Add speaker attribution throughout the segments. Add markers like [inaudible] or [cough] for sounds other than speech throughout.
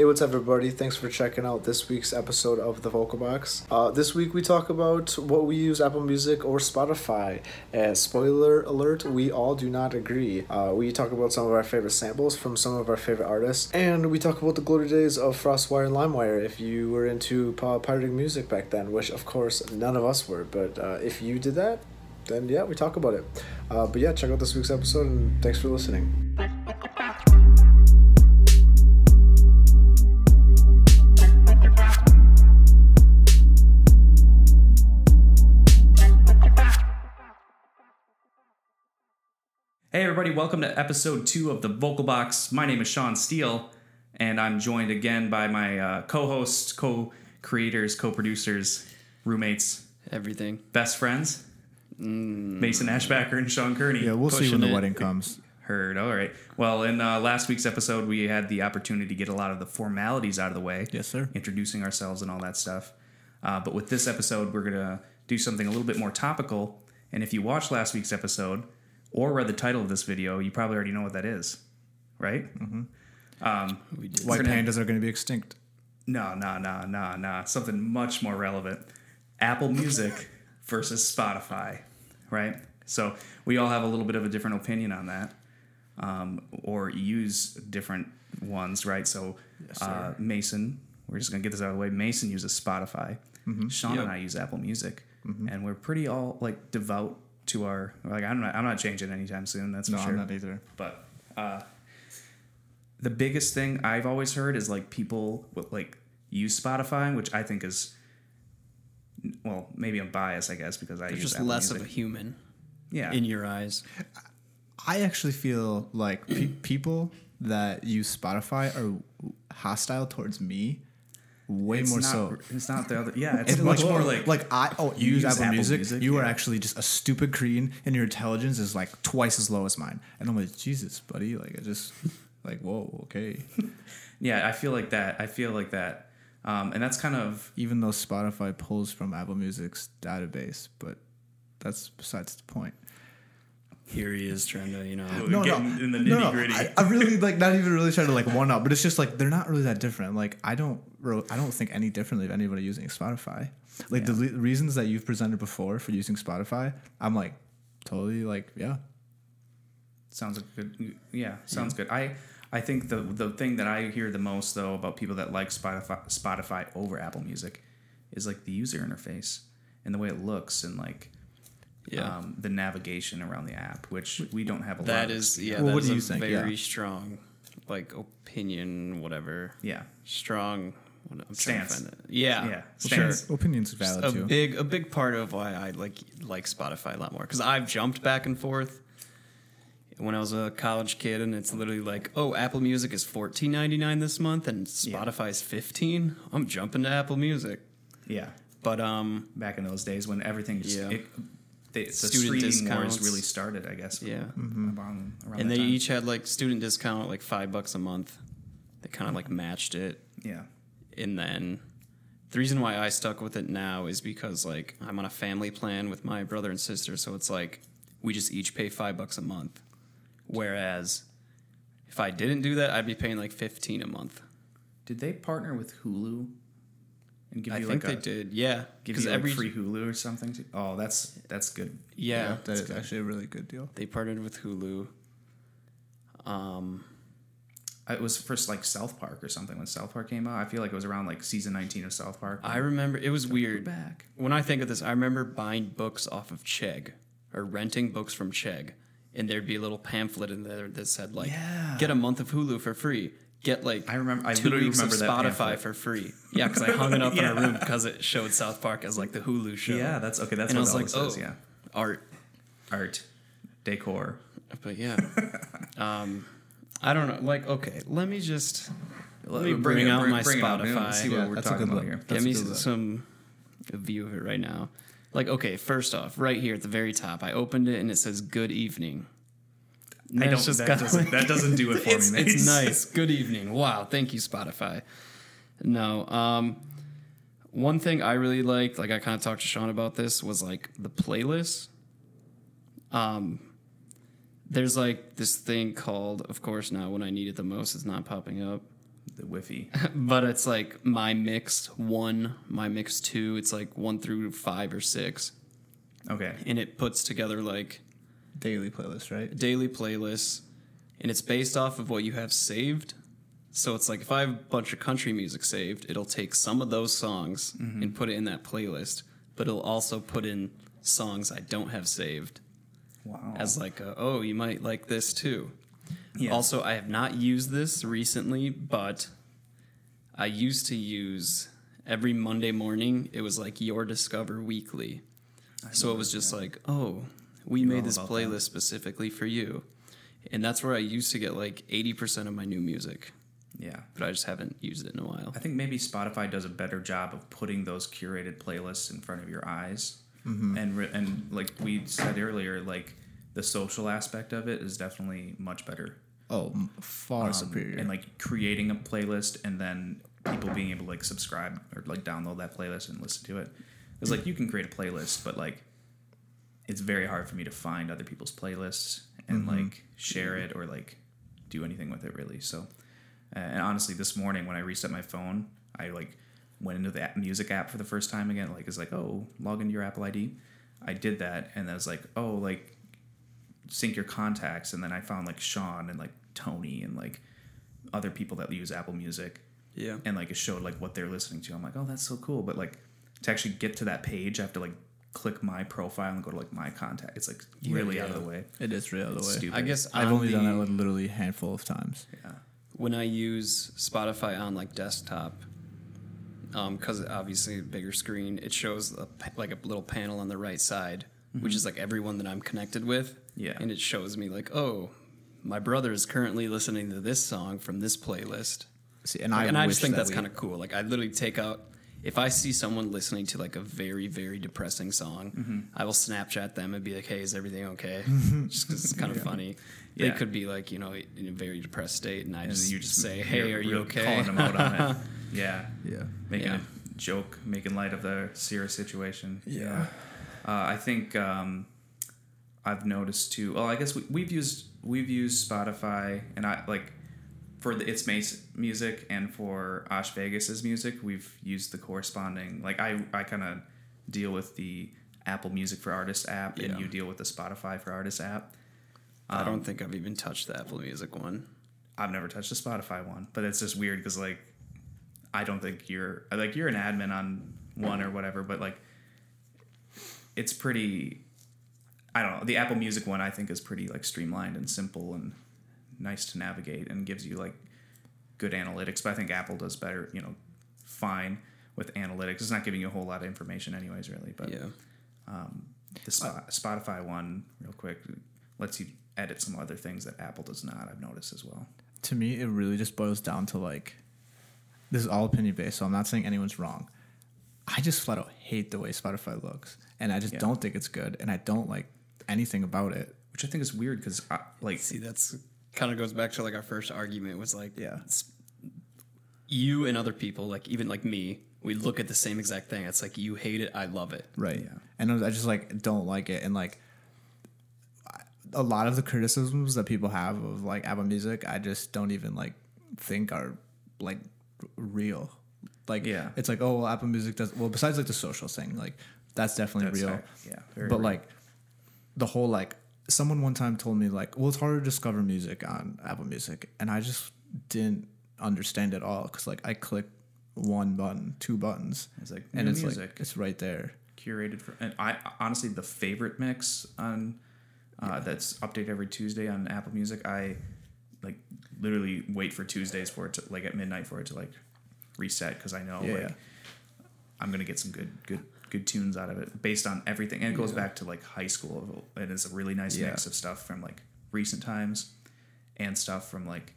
Speaker 1: Hey, what's up, everybody? Thanks for checking out this week's episode of The Vocal Box. Uh, this week we talk about what we use Apple Music or Spotify. And spoiler alert, we all do not agree. Uh, we talk about some of our favorite samples from some of our favorite artists, and we talk about the glory days of Frostwire and LimeWire if you were into pi- pirating music back then, which of course none of us were, but uh, if you did that, then yeah, we talk about it. Uh, but yeah, check out this week's episode, and thanks for listening.
Speaker 2: Hey, everybody, welcome to episode two of the Vocal Box. My name is Sean Steele, and I'm joined again by my uh, co hosts, co creators, co producers, roommates,
Speaker 3: Everything.
Speaker 2: best friends, Mason Ashbacker and Sean Kearney.
Speaker 4: Yeah, we'll see when the
Speaker 3: Pushing it.
Speaker 4: wedding comes.
Speaker 2: Heard. All right. Well, in uh, last week's episode, we had the opportunity to get a lot of the formalities out of the way.
Speaker 4: Yes, sir.
Speaker 2: Introducing ourselves and all that stuff. Uh, but with this episode, we're going to do something a little bit more topical. And if you watched last week's episode or read the title of this video, you probably already know what that is, right? Um,
Speaker 3: We did.
Speaker 4: Mm-hmm. White
Speaker 2: gonna-
Speaker 4: pandas are going to be extinct.
Speaker 2: No, no, no, no, no. Something much more relevant. Apple
Speaker 4: [laughs]
Speaker 2: Music versus Spotify, right? So we all have a little bit of a different opinion on that, um, or use different ones, right? So uh, Mason, we're just gonna get this out of the way. Mason uses Spotify.
Speaker 4: Mm-hmm.
Speaker 2: Sean and I use Apple Music, and we're pretty all like devout to our like. I'm not. I'm not changing anytime soon. That's
Speaker 4: No,
Speaker 2: for sure
Speaker 4: I'm not either.
Speaker 2: but uh, the biggest thing I've always heard is like people would like use Spotify, which I think is well, maybe I'm biased, I guess, because I
Speaker 3: There's
Speaker 2: use
Speaker 3: just
Speaker 2: Apple
Speaker 3: less of a
Speaker 2: Music.
Speaker 3: human
Speaker 2: yeah.
Speaker 3: in your eyes.
Speaker 4: I actually feel like pe- people that use Spotify are hostile towards me way
Speaker 2: it's
Speaker 4: more
Speaker 2: not,
Speaker 4: so.
Speaker 2: It's not the other. Yeah, it's,
Speaker 4: It's
Speaker 2: much more like
Speaker 4: like I oh
Speaker 2: you
Speaker 4: you use
Speaker 2: use
Speaker 4: Apple,
Speaker 2: Apple
Speaker 4: Music,
Speaker 2: Music,
Speaker 4: you are
Speaker 2: yeah.
Speaker 4: actually just a stupid green and your intelligence is like twice as low as mine. And I'm like, Jesus, buddy, like I just like whoa, okay. [laughs]
Speaker 2: yeah. I feel like that. I feel like that, um, and that's kind of
Speaker 4: Even though Spotify pulls from Apple Music's database, but that's besides the point.
Speaker 3: Here he is trying to, you know.
Speaker 2: no, getting in the nitty gritty.
Speaker 4: I, I really like not even really trying to like one up, but it's just like they're not really that different. Like I don't, re- I don't think any differently of anybody using Spotify. Like the le- reasons that you've presented before for using Spotify, I'm like totally like yeah.
Speaker 2: Sounds like good. Yeah, sounds good. I I think the the thing that I hear the most though about people that like Spotify Spotify over Apple Music is like the user interface and the way it looks and like
Speaker 3: Yeah.
Speaker 2: um, the navigation around the app, which we don't have a lot.
Speaker 3: that
Speaker 2: of
Speaker 3: is,
Speaker 2: experience.
Speaker 3: yeah,
Speaker 4: Well,
Speaker 3: that
Speaker 4: what
Speaker 3: is
Speaker 4: do
Speaker 3: a
Speaker 4: you think? Yeah.
Speaker 3: very strong, like, opinion, whatever.
Speaker 2: yeah,
Speaker 3: Strong. What, I'm
Speaker 2: Stance.
Speaker 3: Trying to find it. Yeah.
Speaker 2: yeah.
Speaker 3: Sure.
Speaker 2: Stands.
Speaker 4: Opinions valid
Speaker 3: A
Speaker 4: Uh, too.
Speaker 3: big, a big part of why I like like Spotify a lot more because I've jumped back and forth. When I was a college kid, and it's literally like, oh, Apple Music is fourteen ninety nine this month, and Spotify's fifteen. I'm jumping to Apple Music,
Speaker 2: Yeah,
Speaker 3: but um,
Speaker 2: back in those days when everything just
Speaker 3: Yeah.
Speaker 2: it, the, the
Speaker 3: Student
Speaker 2: streaming
Speaker 3: discounts.
Speaker 2: wars really started. I guess. Mm-hmm. around,
Speaker 3: Yeah.
Speaker 2: around
Speaker 3: and
Speaker 2: that
Speaker 3: they
Speaker 2: time.
Speaker 3: each had like student discount like five bucks a month they kind of like matched it
Speaker 2: yeah
Speaker 3: and then the reason why i stuck with it now is because like i'm on a family plan with my brother and sister so it's like we just each pay five bucks a month whereas if i didn't do that i'd be paying like 15 a month
Speaker 2: did they partner with Hulu? And give
Speaker 3: i
Speaker 2: you
Speaker 3: think
Speaker 2: like
Speaker 3: they
Speaker 2: a,
Speaker 3: did yeah
Speaker 2: Give you
Speaker 3: because
Speaker 2: like
Speaker 3: every
Speaker 2: free Hulu or something. too? Oh, that's that's good.
Speaker 3: yeah,
Speaker 4: that is actually a really good deal.
Speaker 3: they partnered with hulu um
Speaker 2: It was first like South Park or something when South Park came out. I feel like it was around like season 19 of South Park.
Speaker 3: I remember it was weird.
Speaker 2: back.
Speaker 3: When I think of this, I remember buying books off of Chegg or renting books from Chegg, and there'd be a little pamphlet in there that said like,
Speaker 2: Yeah.
Speaker 3: "Get a month of Hulu for free." Get like
Speaker 2: I remember- I
Speaker 3: two
Speaker 2: literally
Speaker 3: weeks of
Speaker 2: remember that
Speaker 3: Spotify
Speaker 2: pamphlet.
Speaker 3: for free. Yeah, because I hung it up
Speaker 2: [laughs]
Speaker 3: in
Speaker 2: Yeah.
Speaker 3: our room because it showed South Park as like the Hulu show.
Speaker 2: yeah, that's okay. That's
Speaker 3: and I
Speaker 2: what
Speaker 3: was
Speaker 2: all
Speaker 3: like,
Speaker 2: this
Speaker 3: "Oh,
Speaker 2: is, yeah.
Speaker 3: art."
Speaker 2: Art, decor. [laughs]
Speaker 3: But yeah, um, I don't know. Like, okay, let me just let me bring,
Speaker 2: it-
Speaker 3: out my
Speaker 2: bring it up. We wanna
Speaker 3: Spotify.
Speaker 2: See what
Speaker 4: Yeah,
Speaker 2: we're
Speaker 4: that's a
Speaker 2: talking
Speaker 4: good
Speaker 2: about
Speaker 4: look.
Speaker 2: here.
Speaker 4: That's
Speaker 3: Give me
Speaker 4: a good look.
Speaker 3: some a view of it right now. Like, okay, first off, right here at the very top, I opened it and it says "Good evening."
Speaker 2: I
Speaker 3: And then
Speaker 2: don't.
Speaker 3: it's just
Speaker 2: that,
Speaker 3: got,
Speaker 2: doesn't,
Speaker 3: like-
Speaker 2: that doesn't
Speaker 3: [laughs]
Speaker 2: do it for
Speaker 3: it's,
Speaker 2: me. Mace.
Speaker 3: it's nice. [laughs] Good evening. Wow, thank you, Spotify. No, um, one thing I really liked, like I kind of talked to Sean about this, was like the playlist. Um, there's like this thing called, of course, now when I need it the most, it's not popping up,
Speaker 2: the Wi-Fi.
Speaker 3: [laughs] but it's like my mix one, my mix two. It's like one through five or six,
Speaker 2: Okay.
Speaker 3: and it puts together like
Speaker 4: Daily playlist, right?
Speaker 3: daily playlists, and it's based off of what you have saved. So it's like if I have a bunch of country music saved, it'll take some of those songs and put it in that playlist, but it'll also put in songs I don't have saved
Speaker 2: Wow.
Speaker 3: as like, a, oh, you might like this too.
Speaker 2: Yeah.
Speaker 3: Also, I have not used this recently, but I used to use every Monday morning. It was like your Discover Weekly. So it was just like, oh, we made
Speaker 2: all
Speaker 3: this
Speaker 2: about
Speaker 3: playlist specifically for you. And that's where I used to get like 80% of my new music,
Speaker 2: yeah.
Speaker 3: but I just haven't used it in a while.
Speaker 2: I think maybe Spotify does a better job of putting those curated playlists in front of your eyes, and re- and like we said earlier, like the social aspect of it is definitely much better.
Speaker 4: Oh, m- far
Speaker 2: Um,
Speaker 4: superior.
Speaker 2: And like creating a playlist and then people being able to like subscribe or like download that playlist and listen to it. It's like you can create a playlist, but like it's very hard for me to find other people's playlists and like share it or like do anything with it really. So, uh, and honestly, this morning when I reset my phone, I like went into the app, music app for the first time again. Like it's like, oh, log into your Apple ID. I did that, and then it's like, oh, like sync your contacts, and then I found like Sean and like Tony and like other people that use Apple Music,
Speaker 3: Yeah.
Speaker 2: and like it showed like what they're listening to. I'm like, oh, that's so cool. But like to actually get to that page, I have to like click my profile and go to like my contact. It's like really out of the way.
Speaker 4: it is real the way.
Speaker 2: stupid.
Speaker 3: I guess
Speaker 4: I've
Speaker 3: on
Speaker 4: only done
Speaker 3: the-
Speaker 4: that like literally a handful of times.
Speaker 2: Yeah.
Speaker 3: when I use Spotify on like desktop, because obviously bigger screen, it shows a, pa- like a little panel on the right side, which is like everyone that I'm connected with.
Speaker 2: Yeah.
Speaker 3: and it shows me like, oh, my brother is currently listening to this song from this playlist,
Speaker 4: See, and I
Speaker 3: Like, and I just
Speaker 4: wish
Speaker 3: think
Speaker 4: that
Speaker 3: that's
Speaker 4: we-
Speaker 3: kind of cool. Like I literally take out. If I see someone listening to like a very very depressing song,
Speaker 2: Mm-hmm.
Speaker 3: I will Snapchat them and be like, "Hey, is everything
Speaker 2: [laughs]
Speaker 3: okay?" just 'cause it's kind of funny.
Speaker 2: Yeah.
Speaker 3: They could be like you know in a very depressed state, and I
Speaker 2: And
Speaker 3: just
Speaker 2: you just
Speaker 3: say, "Hey,
Speaker 2: you're
Speaker 3: are you
Speaker 2: really
Speaker 3: okay?"
Speaker 2: Calling them out on it. Yeah.
Speaker 4: Yeah.
Speaker 2: Making
Speaker 3: Yeah.
Speaker 2: a joke, making light of the Sierra situation.
Speaker 4: Yeah.
Speaker 2: Uh, I think um, I've noticed too. Well, I guess we, we've used we've used Spotify, and I like for the It's Mace music and for Osh Vegas's music, we've used the corresponding. Like I, I kind of deal with the Apple Music for Artists app,
Speaker 3: Yeah.
Speaker 2: and you deal with the Spotify for Artists app.
Speaker 3: [laughs] I don't think I've even touched the Apple Music one.
Speaker 2: I've never touched a Spotify one, but it's just weird because like I don't think you're like you're an admin on one or whatever, but like it's pretty. I don't know. The Apple Music one I think is pretty like streamlined and simple and nice to navigate and gives you like good analytics. But I think Apple does better. You know, fine with analytics. It's not giving you a whole lot of information, anyways, really. But
Speaker 3: Yeah.
Speaker 2: the Spo- Spotify one, real quick, lets you edit some other things that Apple does not. I've noticed as well.
Speaker 4: to me, it really just boils down to like, this is all opinion based, so I'm not saying anyone's wrong. I just flat out hate the way Spotify looks, and I just
Speaker 2: Yeah.
Speaker 4: don't think it's good, and I don't like anything about it.
Speaker 2: which I think is weird because like
Speaker 3: See, that's kind of goes back to like our first argument was like,
Speaker 4: Yeah.
Speaker 3: it's- you and other people, like even like me, we look at the same exact thing. It's like you hate it, I love it.
Speaker 4: Right. And I was- I just like don't like it, and like I- a lot of the criticisms that people have of like Apple Music, I just don't even like think are like r- real. Like
Speaker 2: Yeah.
Speaker 4: it's like oh well, Apple Music does well besides like the social thing, like that's definitely
Speaker 2: That's
Speaker 4: real.
Speaker 2: fact. Yeah, very
Speaker 4: but
Speaker 2: real.
Speaker 4: like the whole like someone one time told me like well it's hard to discover music on Apple Music, and I just didn't understand it all because like I click one button, two buttons,
Speaker 2: It's like,
Speaker 4: and
Speaker 2: new
Speaker 4: it's
Speaker 2: music.
Speaker 4: like it's right there.
Speaker 2: curated for and I honestly the favorite mix on uh, that's updated every Tuesday on Apple Music. I like literally wait for Tuesdays for it to like at midnight for it to like reset because I know
Speaker 4: Yeah,
Speaker 2: like
Speaker 4: yeah.
Speaker 2: I'm gonna get some good good good tunes out of it based on everything and it goes back to like high school and it's a really nice
Speaker 4: Yeah.
Speaker 2: mix of stuff from like recent times and stuff from like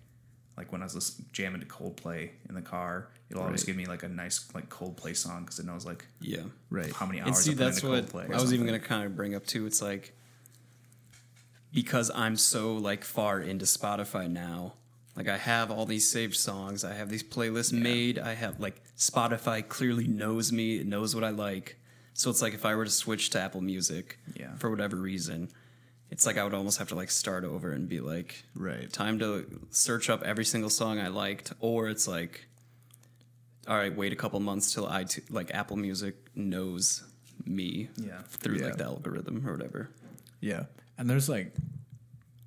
Speaker 2: like when I was listen- jamming to Coldplay in the car it'll always
Speaker 3: Right.
Speaker 2: give me like a nice like Coldplay song because it knows like
Speaker 3: Yeah.
Speaker 4: Right.
Speaker 2: how many hours
Speaker 3: And see,
Speaker 2: I put into
Speaker 3: that's what
Speaker 2: Coldplay or
Speaker 3: I was even
Speaker 2: something.
Speaker 3: going to kind of bring up too. It's like because I'm so like far into Spotify now, like I have all these saved songs, I have these playlists made, I have like Spotify clearly knows me, it knows what I like. So it's like if I were to switch to Apple Music
Speaker 2: Yeah.
Speaker 3: for whatever reason, it's like I would almost have to like start over and be like,
Speaker 4: Right.
Speaker 3: time to search up every single song I liked, or it's like, all right, wait a couple months till I like Apple Music knows me
Speaker 2: Yeah.
Speaker 3: through
Speaker 4: Yeah.
Speaker 3: like the algorithm or whatever.
Speaker 4: Yeah, and there's like,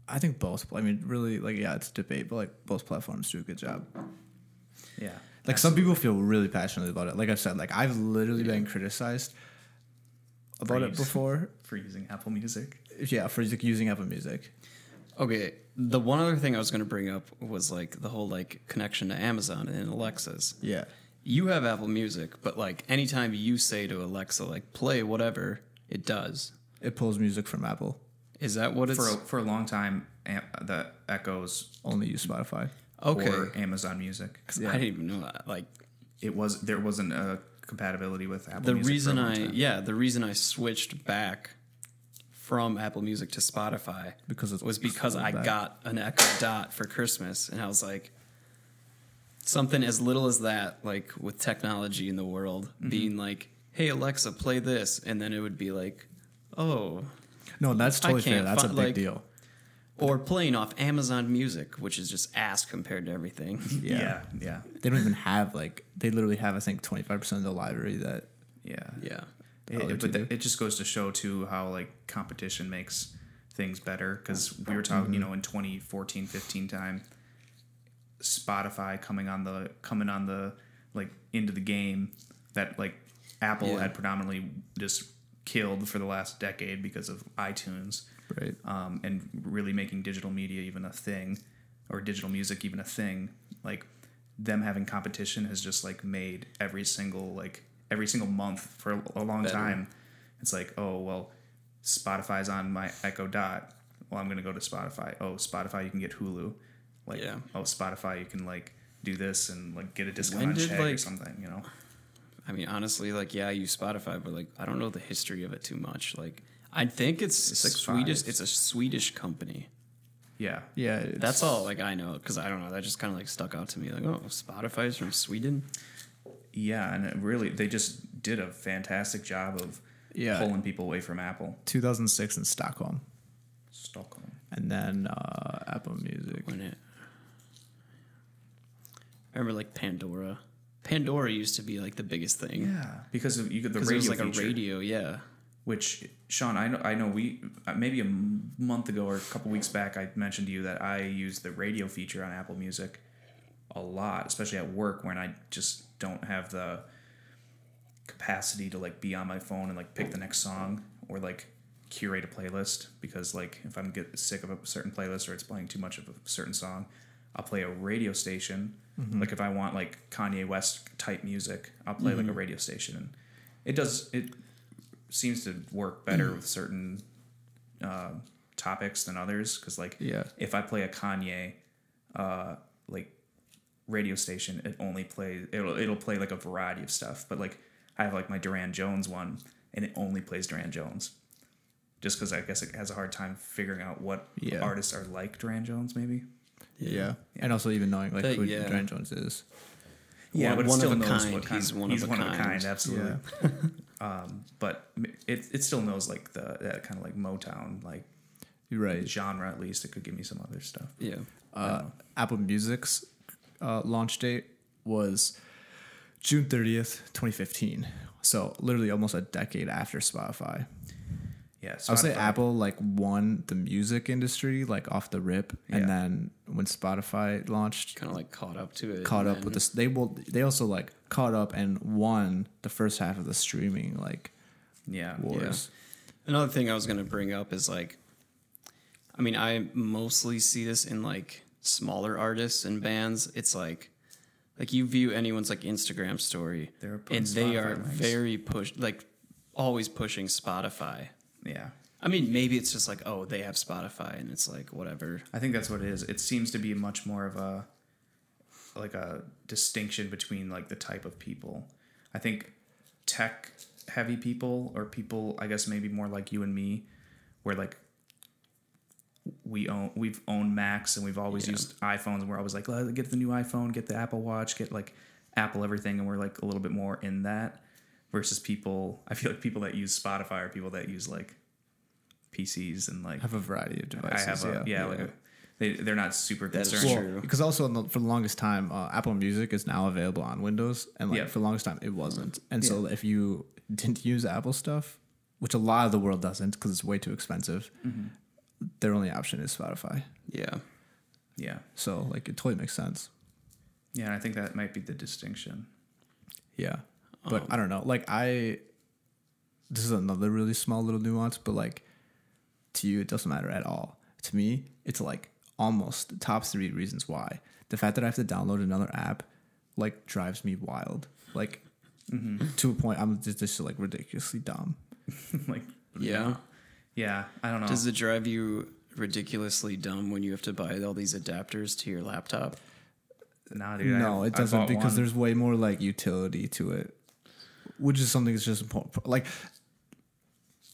Speaker 4: I think both. I mean, really, like, yeah, it's a debate, but like both platforms do a good job.
Speaker 2: Yeah.
Speaker 4: Like some people feel really passionately about it. Like I've said, like I've literally been criticized about it
Speaker 2: Praise.
Speaker 4: before.
Speaker 2: for using Apple Music.
Speaker 4: Yeah, for like, using Apple Music.
Speaker 3: Okay, the one other thing I was going to bring up was like the whole like connection to Amazon and Alexa's.
Speaker 4: Yeah,
Speaker 3: You have Apple Music, but like anytime you say to Alexa like play whatever, it does.
Speaker 4: it pulls music from Apple.
Speaker 3: Is that what it's
Speaker 2: For a, for a long time, Am- the Echoes
Speaker 4: Only use Spotify.
Speaker 3: okay?
Speaker 2: or
Speaker 3: [laughs]
Speaker 2: Amazon Music.
Speaker 3: I didn't even know that. Like
Speaker 2: It was there wasn't a compatibility with Apple.
Speaker 3: the
Speaker 2: Music for a
Speaker 3: reason
Speaker 2: long
Speaker 3: I
Speaker 2: time.
Speaker 3: yeah the reason I switched back from Apple Music to Spotify
Speaker 4: Because it's-
Speaker 3: was because I
Speaker 4: back.
Speaker 3: got an Echo Dot for Christmas, and I was like, something as little as that, like with technology in the world,
Speaker 2: Mm-hmm.
Speaker 3: being like, hey Alexa, play this, and then it would be like, oh,
Speaker 4: No, that's
Speaker 3: I
Speaker 4: totally fair.
Speaker 3: can't
Speaker 4: That's a
Speaker 3: fi-
Speaker 4: big
Speaker 3: like-
Speaker 4: deal.
Speaker 3: or playing off Amazon Music, which is just ass compared to everything.
Speaker 2: [laughs] yeah yeah yeah.
Speaker 4: They don't even have like they literally have I think twenty five percent of the library that
Speaker 3: yeah,
Speaker 2: It,
Speaker 4: Other
Speaker 2: it- but
Speaker 4: two
Speaker 2: th- it just goes to show too how like competition makes things better because we were talking you know in 2014 15 time spotify coming on the coming on the like into the game that like apple
Speaker 3: Yeah.
Speaker 2: had predominantly just killed for the last decade because of itunes
Speaker 4: right.
Speaker 2: um, and really making digital media even a thing or digital music even a thing like them having competition has just like made every single like every single month for a long time it's like oh well spotify's on my echo dot well i'm gonna go to spotify oh spotify you can get hulu like
Speaker 3: Yeah.
Speaker 2: oh spotify you can like do this and like get a discount
Speaker 3: When
Speaker 2: on
Speaker 3: did,
Speaker 2: Chegg or
Speaker 3: like-
Speaker 2: something you know
Speaker 3: I mean, honestly, like, yeah, I use Spotify, but like, I don't know the history of it too much. Like, I think it's,
Speaker 2: like
Speaker 3: Swedish.
Speaker 2: five.
Speaker 3: It's a Swedish company.
Speaker 2: yeah
Speaker 4: Yeah, it's-
Speaker 3: That's all like I know because I don't know. That just kind of like stuck out to me. Like, oh, Spotify's from Sweden.
Speaker 2: yeah and it really they just did a fantastic job of
Speaker 4: Yeah.
Speaker 2: pulling people away from apple
Speaker 4: 2006 in Stockholm,
Speaker 2: stockholm
Speaker 4: and then uh, Apple Music.
Speaker 3: When it, I remember like Pandora. Pandora used to be like the biggest thing
Speaker 2: Yeah, because of you could the
Speaker 3: because
Speaker 2: radio
Speaker 3: it was like
Speaker 2: feature,
Speaker 3: a radio. Yeah,
Speaker 2: which Sean, I know, I know we uh, maybe a m- month ago or a couple weeks back, I mentioned to you that I use the radio feature on Apple Music a lot, especially at work when I just don't have the capacity to like be on my phone and like pick the next song or like curate a playlist because like if I'm get sick of a certain playlist or it's playing too much of a certain song, I'll play a radio station. Like if I want like Kanye West type music, I'll play like a radio station and it does it seems to work better with certain uh, topics than others because like
Speaker 4: Yeah.
Speaker 2: if I play a Kanye uh, like radio station, it only plays it'll it'll play like a variety of stuff. But like I have like my Duran Jones one, and it only plays Duran Jones, just because I guess it has a hard time figuring out what
Speaker 4: Yeah.
Speaker 2: artists are like Duran Jones, maybe.
Speaker 4: Yeah. and also even knowing like
Speaker 3: That-
Speaker 4: who
Speaker 3: yeah.
Speaker 4: Duran Jones is.
Speaker 2: Yeah,
Speaker 3: One-
Speaker 2: but it
Speaker 3: one of
Speaker 2: still
Speaker 3: a
Speaker 2: knows
Speaker 3: kind.
Speaker 2: what kind.
Speaker 3: He's one of a kind.
Speaker 2: absolutely. um, but it, it still knows like the that kind of like Motown like
Speaker 4: You're right.
Speaker 2: genre at least. It could give me some other stuff.
Speaker 3: yeah.
Speaker 4: Uh, Apple Music's uh, launch date was June 30th, 2015. So literally almost a decade after Spotify.
Speaker 2: Yeah,
Speaker 4: I would say
Speaker 2: Spotify.
Speaker 4: Apple like won the music industry like off the rip,
Speaker 2: Yeah.
Speaker 4: and then when Spotify launched,
Speaker 3: Kind of like caught up to it.
Speaker 4: caught
Speaker 3: and
Speaker 4: up
Speaker 3: then-
Speaker 4: with this. They will. They also like caught up and won the first half of the streaming like
Speaker 2: Yeah,
Speaker 4: wars.
Speaker 3: Another thing I was going to bring up is like, I mean, I mostly see this in like smaller artists and bands. It's like, like you view anyone's like Instagram story,
Speaker 2: They're putting
Speaker 3: and they
Speaker 2: Spotify
Speaker 3: are
Speaker 2: links.
Speaker 3: very pushed, like always pushing Spotify.
Speaker 2: yeah.
Speaker 3: I mean, maybe it's just like, oh, they have Spotify, and it's like whatever.
Speaker 2: I think that's what it is. It seems to be much more of a like a distinction between like the type of people. I think tech heavy people or people I guess maybe more like you and me where like we own we've owned Macs and we've always
Speaker 3: Yeah.
Speaker 2: used iPhones and we're always like "Let- get the new iPhone, get the Apple Watch, get like Apple everything and we're like a little bit more in that versus people I feel like people that use Spotify are people that use like PCs and like
Speaker 4: have a variety of
Speaker 2: I
Speaker 4: devices.
Speaker 2: have a yeah, like a, they they're not super
Speaker 3: That is
Speaker 2: concerned.
Speaker 3: true.
Speaker 4: Well, because also on the, for the longest time, uh, Apple Music is now available on Windows, and like
Speaker 2: Yeah.
Speaker 4: for the longest time, it wasn't. And so if you didn't use Apple stuff, which a lot of the world doesn't, because it's way too expensive,
Speaker 2: Mm-hmm.
Speaker 4: their only option is Spotify.
Speaker 3: Yeah.
Speaker 2: Yeah,
Speaker 4: So like it totally makes sense.
Speaker 2: yeah, and I think that might be the distinction. [laughs]
Speaker 4: Yeah. But I don't know. Like I this is another really small little nuance, but like to you it doesn't matter at all. To me, it's like almost the top three reasons why. The fact that I have to download another app like drives me wild. Like to a point I'm just, just like ridiculously dumb.
Speaker 2: like
Speaker 3: Yeah.
Speaker 2: yeah, I don't know.
Speaker 3: Does it drive you ridiculously dumb when you have to buy all these adapters to your laptop?
Speaker 2: nah, dude, I
Speaker 4: no,
Speaker 2: have-
Speaker 4: it
Speaker 2: I
Speaker 4: doesn't
Speaker 2: bought
Speaker 4: because
Speaker 2: one.
Speaker 4: there's way more like utility to it, which is something that's just important. Like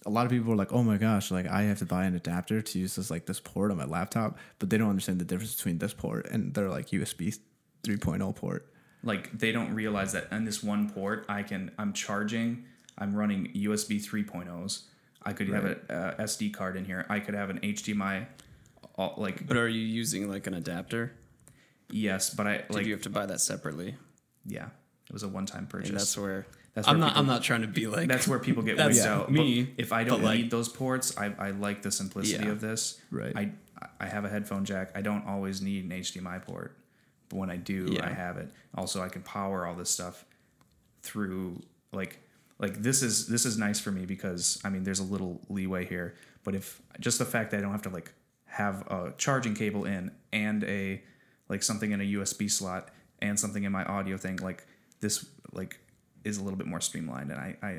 Speaker 4: a lot of people are like, "Oh my gosh, like I have to buy an adapter to use this like this port on my laptop," but they don't understand the difference between this port and their like USB 3.0 port.
Speaker 2: like they don't realize that on this one port I can I'm charging, I'm running USB 3.0s. I could have a, a SD card in here. I could have an HDMI all, uh, like
Speaker 3: But are you using like an adapter?
Speaker 2: yes, but I
Speaker 3: Did
Speaker 2: like
Speaker 3: you have to buy that separately?
Speaker 2: yeah. It was a one-time purchase.
Speaker 3: And that's where
Speaker 2: That's
Speaker 3: I'm
Speaker 2: where
Speaker 3: not
Speaker 2: people-
Speaker 3: I'm not trying to be like
Speaker 2: that's
Speaker 3: [laughs]
Speaker 2: where people get
Speaker 3: That's
Speaker 2: wiped out.
Speaker 3: me,
Speaker 2: But if I
Speaker 3: but,
Speaker 2: don't
Speaker 3: like-
Speaker 2: need those ports, I, I like the simplicity
Speaker 3: Yeah.
Speaker 2: of this.
Speaker 4: Right.
Speaker 2: I I have a headphone jack. I don't always need an HDMI port, but when I do,
Speaker 3: Yeah.
Speaker 2: I have it. Also, I can power all this stuff through like like this is this is nice for me because I mean there's a little leeway here, but if just the fact that I don't have to like have a charging cable in and a like something in a USB slot and something in my audio thing like this like is a little bit more streamlined and I I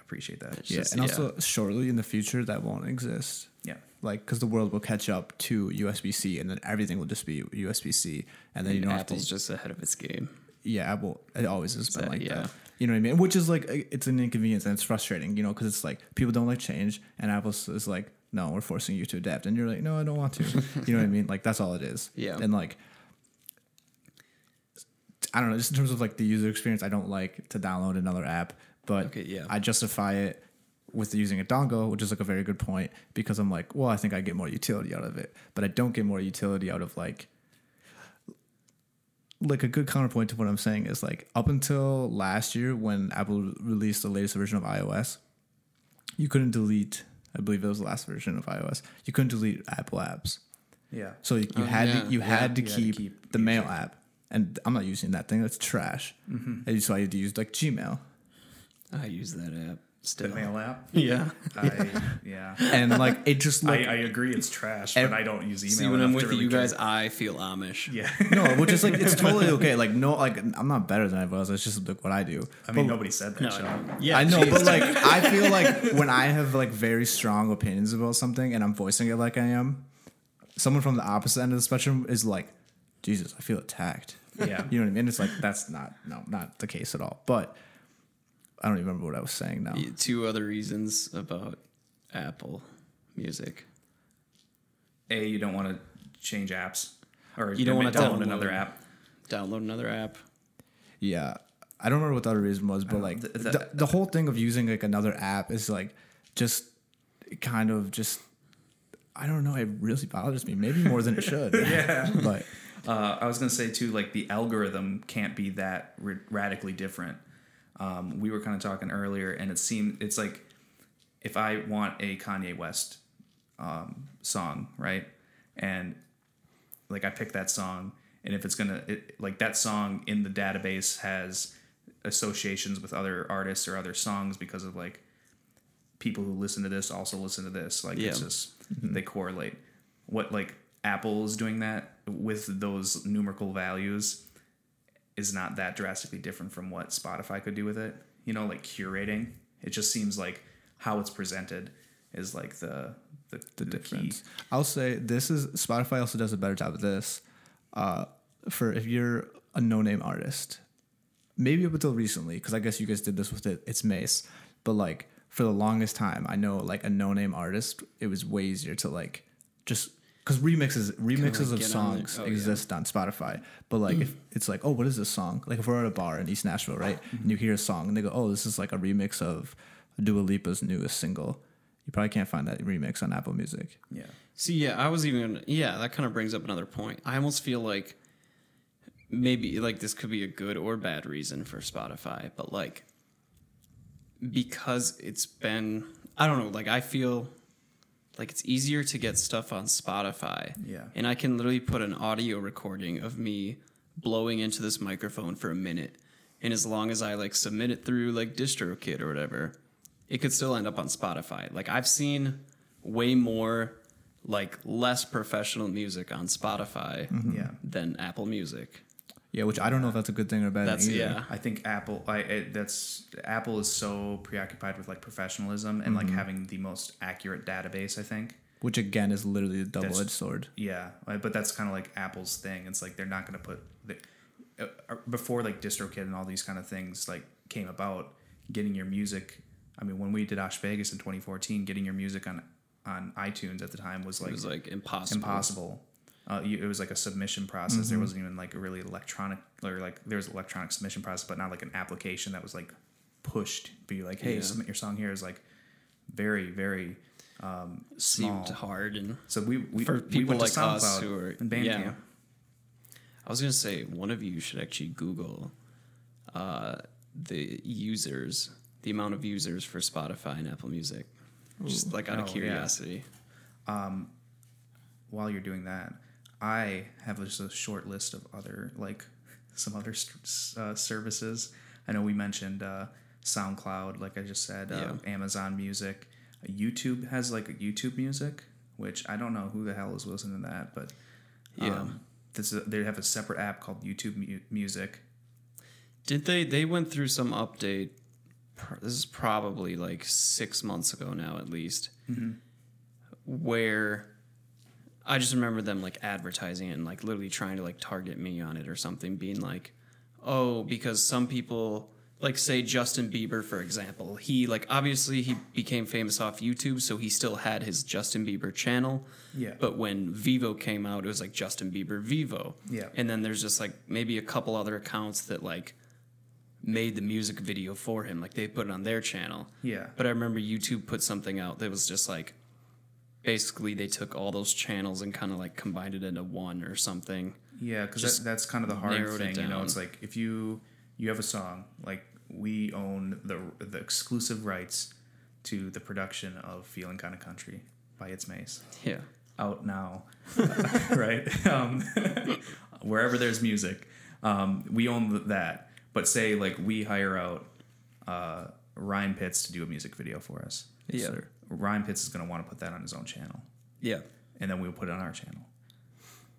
Speaker 2: appreciate that.
Speaker 3: Yeah,
Speaker 4: Yeah, and also shortly in the future that won't exist.
Speaker 2: Yeah.
Speaker 4: Like, because the world will catch up to USB C, and then everything will just be USB C, and then you don't have
Speaker 3: Apple's
Speaker 4: to
Speaker 3: just ahead of its game.
Speaker 4: yeah, Apple. It always has been
Speaker 3: that-
Speaker 4: like
Speaker 3: yeah.
Speaker 4: that. You know what I mean? Which is like uh, it's an inconvenience and it's frustrating. You know, because it's like people don't like change, and Apple is like, no, we're forcing you to adapt, and you're like, no, I don't
Speaker 3: [laughs]
Speaker 4: want to. you know what I mean? Like that's all it is.
Speaker 3: Yeah.
Speaker 4: And like, I don't know. Just in terms of like the user experience, I don't like to download another app, but
Speaker 3: Okay, yeah.
Speaker 4: I justify it with using a dongle, which is like a very good point because I'm like, well, I think I get more utility out of it, but I don't get more utility out of like like a good counterpoint to what I'm saying is like up until last year when Apple re- released the latest version of iOS, you couldn't delete. I believe it was the last version of iOS. You couldn't delete Apple apps,
Speaker 2: Yeah.
Speaker 4: so you, you
Speaker 3: Oh,
Speaker 4: had
Speaker 3: yeah.
Speaker 4: to, you had to
Speaker 2: you had to
Speaker 4: keep
Speaker 2: keep
Speaker 4: the mail app. And I'm not using that thing. That's trash.
Speaker 2: Mm-hmm.
Speaker 4: And so I had to use like Gmail.
Speaker 3: I use that app
Speaker 2: The
Speaker 3: still.
Speaker 2: mail app.
Speaker 3: [laughs] Yeah.
Speaker 2: I, yeah.
Speaker 3: [laughs]
Speaker 4: And like it just
Speaker 2: [laughs] I,
Speaker 4: like
Speaker 2: I agree it's trash,
Speaker 4: Ev-
Speaker 2: but I don't use email.
Speaker 3: See, when I'm
Speaker 2: enough
Speaker 3: with
Speaker 2: to really
Speaker 3: you
Speaker 2: care.
Speaker 3: guys, I feel Amish.
Speaker 2: Yeah.
Speaker 4: no,
Speaker 2: [laughs]
Speaker 4: which is like it's totally okay. Like no, like I'm not better than everyone else. It's just like what I do.
Speaker 2: I mean, nobody said that. Sean.
Speaker 3: Yeah,
Speaker 4: I know, but
Speaker 2: [laughs]
Speaker 4: like I feel like when I have like very strong opinions about something and I'm voicing it like I am, someone from the opposite end of the spectrum is like, Jesus, I feel attacked.
Speaker 2: Yeah.
Speaker 4: [laughs] You know what I mean? It's like that's not no, not the case at all. But I don't even remember what I was saying now.
Speaker 3: Two other reasons about Apple Music.
Speaker 2: A, you don't want to change apps, or
Speaker 3: You don't wanna
Speaker 2: download
Speaker 3: download.
Speaker 2: another app.
Speaker 3: Download another app.
Speaker 4: Yeah. I don't remember what the other reason was, but like the,
Speaker 2: th-
Speaker 4: the, whole thing of using like another app is like just kind of just I don't know, it really bothers me, maybe more than it should. [laughs] yeah. But
Speaker 2: Uh, I was gonna say too, like the algorithm can't be that ra- radically different. Um, we were kind of talking earlier, and it seemed it's like if I want a Kanye West um, song, right, and like I pick that song, and if it's gonna it, like that song in the database has associations with other artists or other songs because of like people who listen to this also listen to this. Like it's
Speaker 3: Yeah.
Speaker 2: just they correlate. What like Apple is doing that with those numerical values is not that drastically different from what Spotify could do with it. You know, like curating. It just seems like how it's presented is like the the,
Speaker 4: the
Speaker 2: key.
Speaker 4: difference. I'll say this is Spotify also does a better job of this. Uh, for if you're a no-name artist, maybe up until recently, because I guess you guys did this with it. It's Mace, but like for the longest time, I know like a no-name artist, it was way easier to like just because remixes remixes of
Speaker 3: get on there.
Speaker 4: songs
Speaker 3: Oh, yeah. Mm.
Speaker 4: exist on Spotify. But like if it's like, oh, what is this song? Like if we're at a bar in East
Speaker 3: Mm-hmm.
Speaker 4: Nashville, right, and you hear a song and they go, oh, this is like a remix of Dua Lipa's newest single. You probably can't find that remix on Apple Music.
Speaker 2: Yeah.
Speaker 3: See, yeah, I was even yeah, that kind of brings up another point. I almost feel like maybe like this could be a good or bad reason for Spotify, but like because it's been I don't know, like I feel like it's easier to get stuff on Spotify.
Speaker 2: Yeah.
Speaker 3: And I can literally put an audio recording of me blowing into this microphone for a minute. And as long as I like submit it through like DistroKid or whatever, it could still end up on Spotify. Like I've seen way more like less professional music on Spotify
Speaker 4: Hmm.
Speaker 2: Yeah.
Speaker 3: than Apple Music.
Speaker 4: Yeah, which I don't know if that's a good thing or a bad
Speaker 3: That's
Speaker 4: thing. either.
Speaker 3: yeah.
Speaker 2: I think Apple. I it, that's Apple is so preoccupied with like professionalism and
Speaker 4: Mm-hmm.
Speaker 2: like having the most accurate database. I think.
Speaker 4: Which again is literally a double edged
Speaker 2: That's-
Speaker 4: sword.
Speaker 2: Yeah, uh, but that's kind of like Apple's thing. It's like they're not going to put the, uh, uh, before like DistroKid and all these kind of things like came about. Getting your music. I mean, when we did Osh Vegas in 2014, getting your music on on iTunes at the time was
Speaker 3: It
Speaker 2: like
Speaker 3: was like impossible. Mm-hmm.
Speaker 2: impossible. Uh, you, it was like a submission process. There wasn't even like a really electronic or like there was electronic submission process, but not like an application that was like pushed. Be like, hey,
Speaker 3: Yeah.
Speaker 2: submit your song here is like very very um, small.
Speaker 3: Seemed hard and
Speaker 2: So we we,
Speaker 3: for
Speaker 2: we
Speaker 3: people
Speaker 2: went
Speaker 3: like
Speaker 2: to SoundCloud
Speaker 3: us who are
Speaker 2: and Bandcamp.
Speaker 3: yeah. I was gonna say one of you should actually Google uh, the users, the amount of users for Spotify and Apple Music, just like out
Speaker 2: Oh,
Speaker 3: of
Speaker 2: yeah.
Speaker 3: curiosity.
Speaker 2: While you're doing that, I have just a short list of other like [laughs] some other s- uh, services. I know we mentioned uh, SoundCloud, like I just said, uh, Amazon Music. YouTube has like a YouTube Music, which I don't know who the hell is listening to that, but
Speaker 3: Yeah.
Speaker 2: um, this is, they have a separate app called YouTube Mu- Music.
Speaker 3: Did they? They went through some update. pr- This is probably like six months ago now, at least.
Speaker 2: Mm-hmm.
Speaker 3: Where I just remember them like advertising it and like literally trying to like target me on it or something, being like, "Oh, because some people." Like say Justin Bieber for example, he like obviously he became famous off YouTube, so he still had his Justin Bieber channel.
Speaker 2: Yeah.
Speaker 3: But when Vivo came out, it was like Justin Bieber Vivo.
Speaker 2: Yeah.
Speaker 3: And then there's just like maybe a couple other accounts that like made the music video for him. Like they put it on their channel.
Speaker 2: Yeah.
Speaker 3: But I remember YouTube put something out that was just like basically they took all those channels and kind of like combined it into one or something.
Speaker 2: Yeah, because
Speaker 3: Just
Speaker 2: that, that's kind of the hard
Speaker 3: narrowed it
Speaker 2: thing. You know,
Speaker 3: down.
Speaker 2: it's like if you you have a song, like we own the the exclusive rights to the production of "Feeling Kind of Country" by It's Mace
Speaker 3: Yeah.
Speaker 2: out
Speaker 3: [laughs]
Speaker 2: now, [laughs] right? Um, [laughs] wherever there's music, um, we own th- that. But say like we hire out uh, Ryan Pitts to do a music video for us.
Speaker 3: Yeah.
Speaker 2: Ryan Pitts is going to want to put that on his own channel,
Speaker 3: Yeah.
Speaker 2: and then we'll put it on our channel.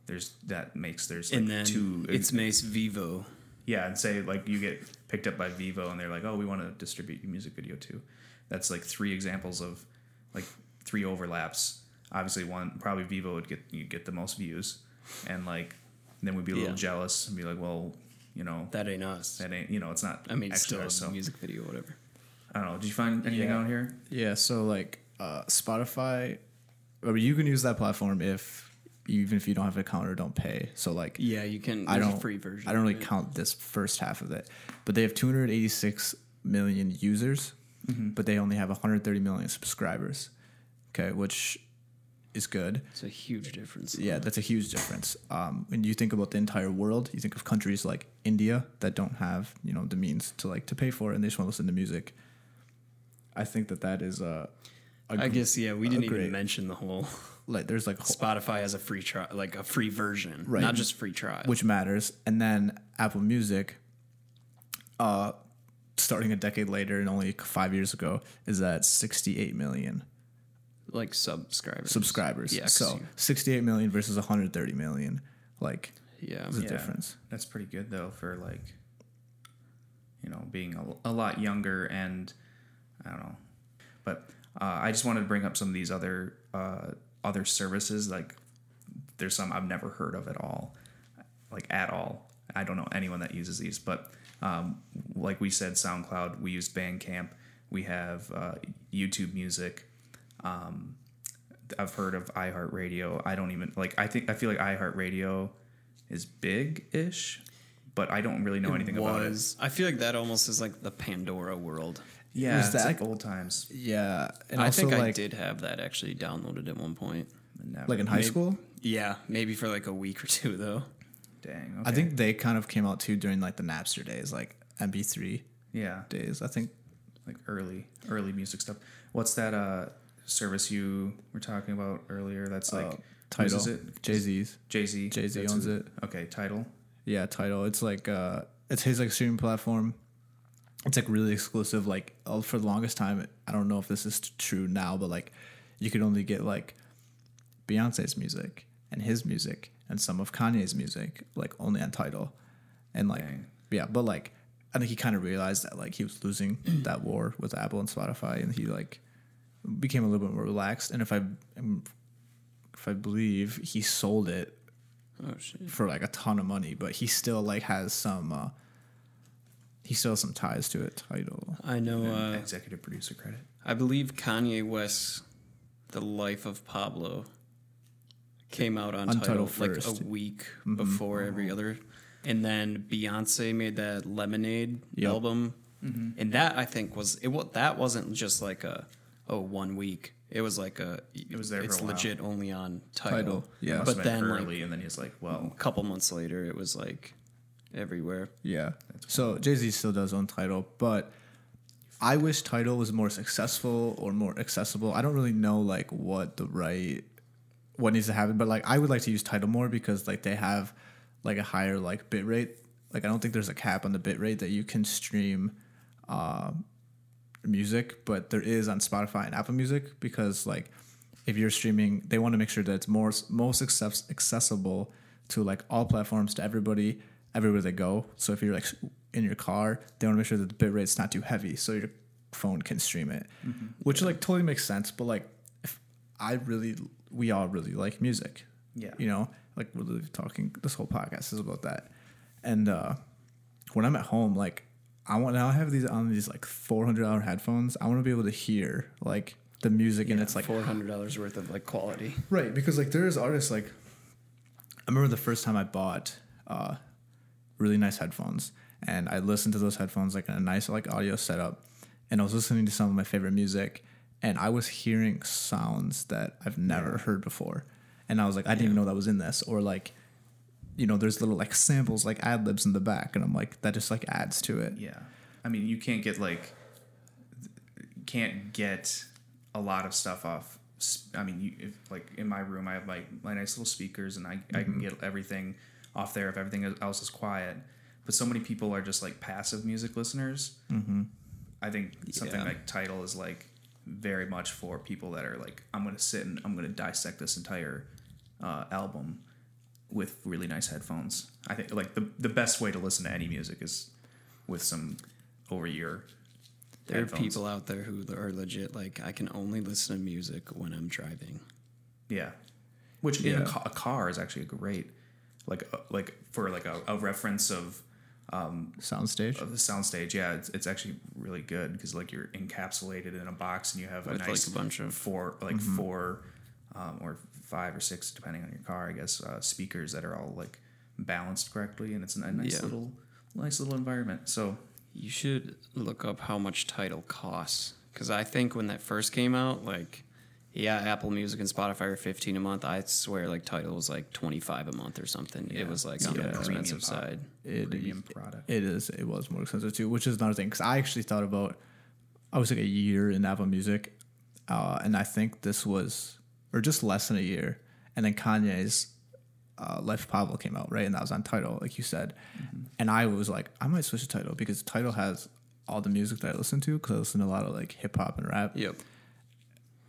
Speaker 2: There's that makes there's like
Speaker 3: And then
Speaker 2: two uh,
Speaker 3: it's Mace Vivo.
Speaker 2: yeah, and say like you get picked up by Vivo and they're like, oh, we want to distribute your music video too. That's like three examples of like three overlaps. Obviously, one probably Vivo would get you get the most views, and like then we'd be a little
Speaker 3: Yeah.
Speaker 2: jealous and be like, well, you know, that,
Speaker 3: That ain't us.
Speaker 2: ain't you know, it's not.
Speaker 3: I mean, it's
Speaker 2: extra,
Speaker 3: still a
Speaker 2: so
Speaker 3: music video, whatever.
Speaker 2: I don't know. Did you find anything
Speaker 4: Yeah.
Speaker 2: out here?
Speaker 4: Yeah, so like uh, Spotify, I mean, you can use that platform if even if you don't have an account or don't pay. So like,
Speaker 3: Yeah, you can.
Speaker 4: I
Speaker 3: there's a
Speaker 4: don't
Speaker 3: free version.
Speaker 4: I don't
Speaker 3: of
Speaker 4: really
Speaker 3: it.
Speaker 4: count this first half of it, but they have 286 million users,
Speaker 3: Mm-hmm.
Speaker 4: but they only have 130 million subscribers. Okay, which is good.
Speaker 3: It's a huge difference.
Speaker 4: Yeah, that's a huge difference. Um, when you think about the entire world, you think of countries like India that don't have you know the means to like to pay for it, and they just want to listen to music. I think that that is uh, a. a
Speaker 3: I
Speaker 4: gr-
Speaker 3: guess yeah, we didn't
Speaker 4: Agree.
Speaker 3: even mention the whole [laughs]
Speaker 4: like there's like whole,
Speaker 3: Spotify has a free trial, like a free version,
Speaker 4: Right.
Speaker 3: not just free trial.
Speaker 4: which matters, and then Apple Music. Uh, starting a decade later and only five years ago is at 68 million
Speaker 3: like subscribers.
Speaker 4: subscribers.
Speaker 3: Yeah, 'cause
Speaker 4: so
Speaker 3: you-
Speaker 4: 68 million versus 130 million, like
Speaker 3: yeah,
Speaker 4: is the
Speaker 2: Yeah.
Speaker 4: difference.
Speaker 2: That's pretty good though for like, you know, being a, a lot younger and I don't know, but uh, I just wanted to bring up some of these other uh, other services. Like, there's some I've never heard of at all, like at all. I don't know anyone that uses these, but um, like we said, SoundCloud. We used Bandcamp. We have uh, YouTube Music. Um, I've heard of iHeartRadio. I don't even like. I think I feel like iHeartRadio is big ish, but I don't really know anything about it.
Speaker 3: I feel like that almost is like the Pandora world.
Speaker 2: Yeah,
Speaker 4: Was
Speaker 2: it's like
Speaker 4: that-
Speaker 2: old times.
Speaker 4: Yeah, and
Speaker 3: I
Speaker 4: also
Speaker 3: think
Speaker 4: like
Speaker 3: I did have that actually downloaded at one point.
Speaker 2: Never.
Speaker 4: like in high
Speaker 3: Maybe-
Speaker 4: school.
Speaker 3: Yeah, maybe for like a week or two though.
Speaker 2: dang.
Speaker 4: I
Speaker 2: okay.
Speaker 4: think they kind of came out too during like the Napster days, like MP3
Speaker 2: yeah,
Speaker 4: days. I think
Speaker 2: like early early music stuff. What's that uh service you were talking about earlier? That's like
Speaker 4: uh,
Speaker 2: whose is
Speaker 4: title
Speaker 2: it?
Speaker 4: Jay Z's.
Speaker 2: Jay Z.
Speaker 4: Jay-Z owns it.
Speaker 2: Okay, title.
Speaker 4: Yeah, title. It's like uh, it's his like streaming platform. It's like really exclusive. Like uh, for the longest time, I don't know if this is t- true now, but like you could only get like Beyonce's music and his music and some of Kanye's music, like only on title, and like
Speaker 2: Dang.
Speaker 4: yeah, but like I think he kind of realized that like he was losing that war with Apple and Spotify, and he like became a little bit more relaxed. And if I if I believe he sold it
Speaker 3: Oh shit.
Speaker 4: for like a ton of money, but he still like has some uh he still has some ties to it title.
Speaker 3: I know
Speaker 2: and
Speaker 3: uh,
Speaker 2: executive producer credit.
Speaker 3: I believe Kanye West's The Life of Pablo came out on title
Speaker 4: Untitled
Speaker 3: like
Speaker 4: first. Mm-hmm.
Speaker 3: a week before every other. And then Beyonce made that Lemonade
Speaker 4: Yep.
Speaker 3: album.
Speaker 2: Mm-hmm.
Speaker 3: And that I think was it wa- that wasn't just like a oh one week. It was like a it
Speaker 2: was there for
Speaker 3: it's
Speaker 2: a while.
Speaker 3: legit only on title.
Speaker 4: Tidal, yeah.
Speaker 2: Must
Speaker 3: But
Speaker 2: have been
Speaker 3: then
Speaker 2: early,
Speaker 3: like,
Speaker 2: and then he's like,
Speaker 3: a
Speaker 2: well,
Speaker 3: couple months later it was like everywhere.
Speaker 4: Yeah. So Jay Z still does own title, but I wish title was more successful or more accessible. I don't really know like what the right what needs to happen, but like I would like to use title more because like they have like a higher like bit rate. Like I don't think there's a cap on the bit rate that you can stream music, but there is on Spotify and Apple Music because like if you're streaming, they want to make sure that it's more most access- accessible to like all platforms to everybody everywhere they go. So if you're like in your car, they want to make sure that the bit rate's not too heavy so your phone can stream it, which like totally makes sense. But like if I really, we all really like music.
Speaker 2: Yeah.
Speaker 4: you know, like we're literally talking. This whole podcast is about that, and uh when I'm at home, like I want now I have these on these like four hundred dollar headphones. I want to be able to hear like the music and it's like
Speaker 3: four hundred dollars worth of like quality.
Speaker 4: right because like there is artists like I remember the first time I bought uh really nice headphones and I listened to those headphones like in a nice like audio setup and I was listening to some of my favorite music and I was hearing sounds that I've never heard before and I was like I didn't even know that was in this or like you know there's little like samples like ad libs in the back and I'm like that just like adds to it
Speaker 2: yeah. I mean, you can't get like, th- you can't get a lot of stuff off. s- I mean, you, if, like in my room, I have my, my nice little speakers, and I I
Speaker 3: Mm-hmm.
Speaker 2: can get everything off there if everything else is quiet. But so many people are just like passive music listeners. Mm-hmm. I think something
Speaker 3: Yeah.
Speaker 2: like title is like very much for people that are like, I'm gonna sit and I'm gonna dissect this entire uh, album with really nice headphones. I think like the the best way to listen to any music is with some over your
Speaker 3: There
Speaker 2: headphones.
Speaker 3: are people out there who are legit like I can only listen to music when I'm driving.
Speaker 2: Yeah, which in a,
Speaker 4: Yeah.
Speaker 2: ca- a car is actually a great like uh, like for like a, a reference of
Speaker 4: soundstage
Speaker 2: of the soundstage. Yeah, it's, it's actually really good because like you're encapsulated in a box and you have a
Speaker 3: With, like,
Speaker 2: nice
Speaker 3: a bunch of- Mm-hmm.
Speaker 2: four like four um, or five or six depending on your car. I guess uh, speakers that are all like balanced correctly and it's a nice
Speaker 3: Yeah.
Speaker 2: little nice little environment. So
Speaker 3: You should look up how much title costs cuz I think when that first came out like yeah, Apple Music and Spotify are 15 a month. I swear like title was like 25 a month or something. It was like on
Speaker 2: yeah,
Speaker 3: the
Speaker 2: premium
Speaker 3: expensive
Speaker 2: pop.
Speaker 3: side.
Speaker 4: It
Speaker 2: premium product.
Speaker 4: It is. It was more expensive too, which is another thing. Because I actually thought about, I was like a year in Apple Music, uh, and I think this was, or just less than a year, and then Kanye's uh, Life of Pablo came out, right? And that was on Title, like you said. And I was like, I might switch to Title because Title has all the music that I listen to because I listen to a lot of like hip hop and rap.
Speaker 3: Yep.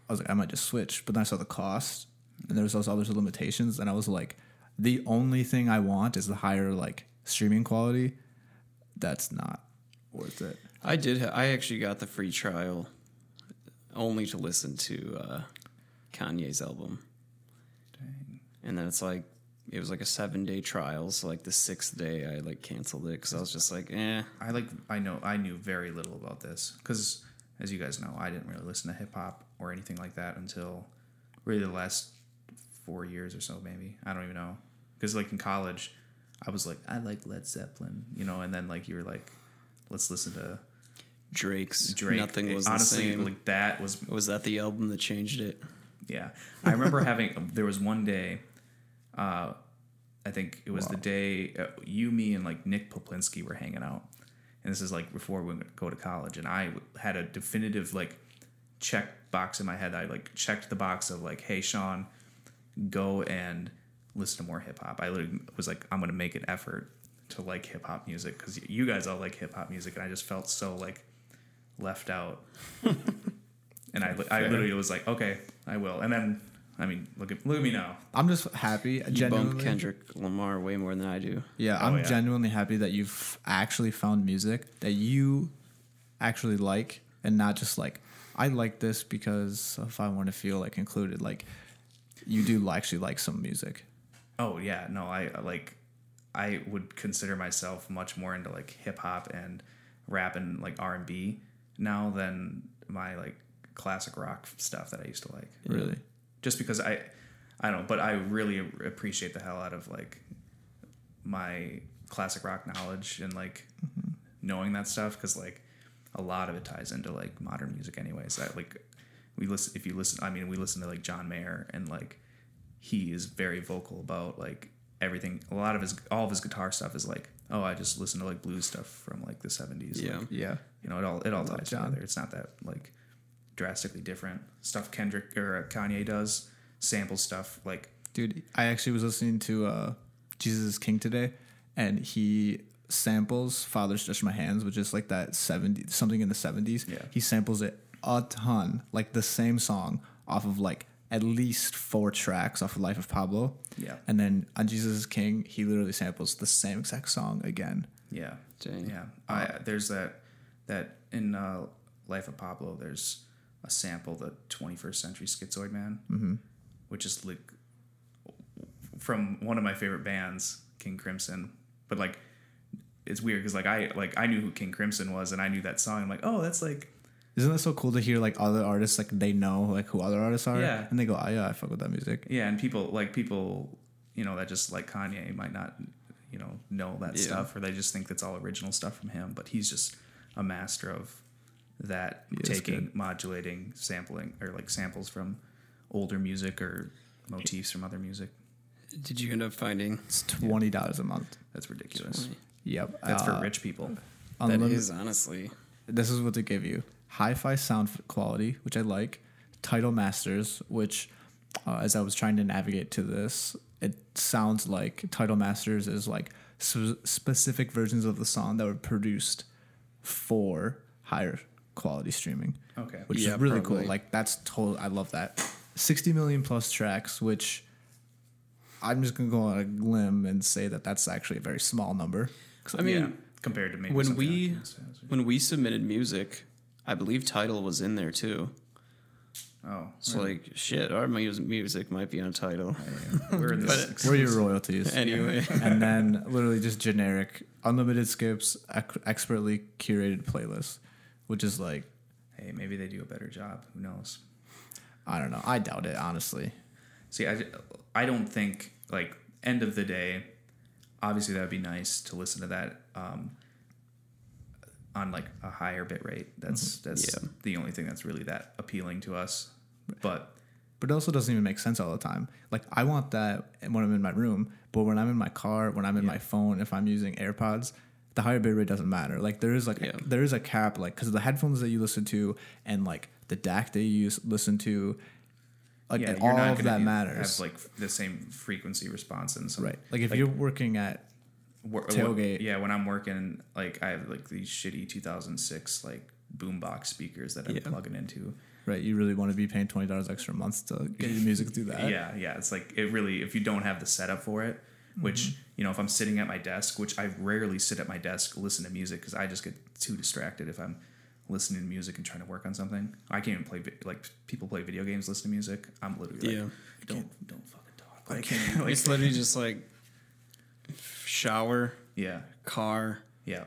Speaker 4: I was like, I might just switch. But then I saw the cost, and there was also other limitations, and I was like, the only thing I want is the higher like streaming quality. That's not worth it.
Speaker 3: I did ha- I actually got the free trial only to listen to uh, Kanye's album.
Speaker 2: Dang.
Speaker 3: and then it's like it was like a seven day trial so like the sixth day i like canceled it because i was just like eh
Speaker 2: I like I know I knew very little about this because as you guys know I didn't really listen to hip hop or anything like that until really the last four years or so maybe I don't even know because like in college I was like, I like Led Zeppelin, you know, and then like you were like, let's listen to
Speaker 3: Drake's
Speaker 2: Drake.
Speaker 3: Nothing
Speaker 2: It-
Speaker 3: was
Speaker 2: honestly
Speaker 3: the same.
Speaker 2: like that was
Speaker 3: was that the album that changed it?
Speaker 2: yeah. I remember having there was one day, uh, I think it was the day uh, you, me, and like Nick Poplinski were hanging out, and this is like before we would go to college, and I had a definitive like check box in my head. I like checked the box of like, hey Sean, go and listen to more hip hop. I literally was like, I'm gonna make an effort to like hip hop music because you guys all like hip hop music, and I just felt so like left out. and I, I literally was like, okay, I will. And then, I mean, look at look at me now.
Speaker 4: I'm just happy.
Speaker 3: You bump
Speaker 4: Genuinely,
Speaker 3: Kendrick Oh, Lamar way more than I do.
Speaker 4: Yeah, I'm
Speaker 2: yeah.
Speaker 4: genuinely happy that you've actually found music that you actually like, and not just like I like this because if I want to feel like included, like you do actually like some music.
Speaker 2: Oh yeah, no, I like I would consider myself much more into like hip hop and rap and like R and B now than my like classic rock stuff that I used to like.
Speaker 4: Really,
Speaker 2: Just because I I don't know, but I really appreciate the hell out of like my classic rock knowledge and like knowing that stuff because like a lot of it ties into like modern music anyways. I like we listen if you listen I mean we listen to like John Mayer and like he is very vocal about like everything a lot of his all of his guitar stuff is like oh I just listen to like blues stuff from like the 70s
Speaker 3: Yeah.
Speaker 2: like,
Speaker 4: yeah,
Speaker 2: you know it all it all ties
Speaker 4: John.
Speaker 2: together it's not that like drastically different stuff Kendrick or uh, Kanye does sample stuff like
Speaker 4: dude. I actually was listening to uh, Jesus is King today, and he samples "Father Stretch My Hands," which is like that seventy something in the seventies.
Speaker 2: Yeah.
Speaker 4: he samples it a ton, like the same song off of like at least four tracks off of Life of Pablo.
Speaker 2: Yeah.
Speaker 4: and then on Jesus is King, he literally samples the same exact song again.
Speaker 2: Yeah.
Speaker 3: Dang.
Speaker 2: Yeah. I there's that that in uh, Life of Pablo. There's a sample the 21st Century Schizoid Man, which is like from one of my favorite bands, King Crimson. But like, it's weird because like I like I knew who King Crimson was and I knew that song. I'm like, oh, that's like
Speaker 4: Isn't that so cool to hear like other artists like they know like who other artists are?
Speaker 2: Yeah.
Speaker 4: and they go, oh yeah, I fuck with that music.
Speaker 2: yeah. And people like people you know that just like Kanye might not you know know that
Speaker 3: Yeah.
Speaker 2: stuff or they just think that's all original stuff from him. But he's just a master of that
Speaker 4: it's
Speaker 2: taking modulating sampling or like samples from older music or motifs from other music
Speaker 3: Did you end up finding?
Speaker 4: It's twenty dollars a month.
Speaker 2: that's ridiculous
Speaker 4: Yep,
Speaker 2: that's
Speaker 4: Uh,
Speaker 2: for rich people
Speaker 3: That
Speaker 4: unlim-
Speaker 3: is honestly.
Speaker 4: this is what they give you hi-fi sound f- quality which i like title masters which uh, as i was trying to navigate to this it sounds like title masters is like sp- specific versions of the song that were produced for higher quality streaming
Speaker 2: okay
Speaker 4: which
Speaker 3: Oh, Yeah,
Speaker 4: is really
Speaker 3: probably.
Speaker 4: cool like that's total i love that 60 million plus tracks which i'm just gonna go on a limb and say that that's actually a very small number
Speaker 3: I mean,
Speaker 2: yeah, compared to maybe
Speaker 3: when
Speaker 2: something
Speaker 3: we
Speaker 2: like this.
Speaker 3: when we submitted music, I believe title was in there too.
Speaker 2: oh
Speaker 3: So like shit, our mu- music might be on title.
Speaker 2: we're
Speaker 3: [laughs]
Speaker 2: in this
Speaker 4: where are your royalties
Speaker 3: Anyway,
Speaker 4: and then literally just generic unlimited skips ec- expertly curated playlist which is like
Speaker 2: hey maybe they do a better job who knows
Speaker 4: i don't know i doubt it honestly
Speaker 2: See, I, I don't think like end of the day. Obviously, that would be nice to listen to that um, on like a higher bit rate.
Speaker 4: Mm-hmm.
Speaker 2: That's that's
Speaker 3: Yeah.
Speaker 2: the only thing that's really that appealing to us. But
Speaker 4: but it also doesn't even make sense all the time like i want that when i'm in my room but when i'm in my car when i'm in my phone if i'm using airpods the higher bit rate doesn't matter like there is like
Speaker 3: Yeah.
Speaker 4: there is a cap like because the headphones that you listen to and like the dac that you use, listen to like
Speaker 2: yeah,
Speaker 4: and
Speaker 2: you're
Speaker 4: all
Speaker 2: not
Speaker 4: of
Speaker 2: going to
Speaker 4: that
Speaker 2: have
Speaker 4: matters
Speaker 2: like the same frequency response and some
Speaker 4: right like if you're working at
Speaker 2: wor-
Speaker 4: Tailgate.
Speaker 2: yeah, when I'm working, like I have like these shitty 2006 like boombox speakers that I'm
Speaker 3: Yeah.
Speaker 2: plugging into.
Speaker 4: right you really want to be paying $20 extra a month to get your music through
Speaker 3: Uh,
Speaker 4: that
Speaker 2: yeah yeah it's like it really if you don't have the setup for it which
Speaker 3: Mm-hmm.
Speaker 2: you know if i'm sitting at my desk which i rarely sit at my desk listen to music because i just get too distracted if i'm listening to music and trying to work on something i can't even play vi- like people play video games listen to music i'm literally
Speaker 3: Yeah.
Speaker 2: like don't don't fucking talk like, I can't, [laughs] like
Speaker 3: it's literally just like shower,
Speaker 2: yeah
Speaker 3: car,
Speaker 2: yeah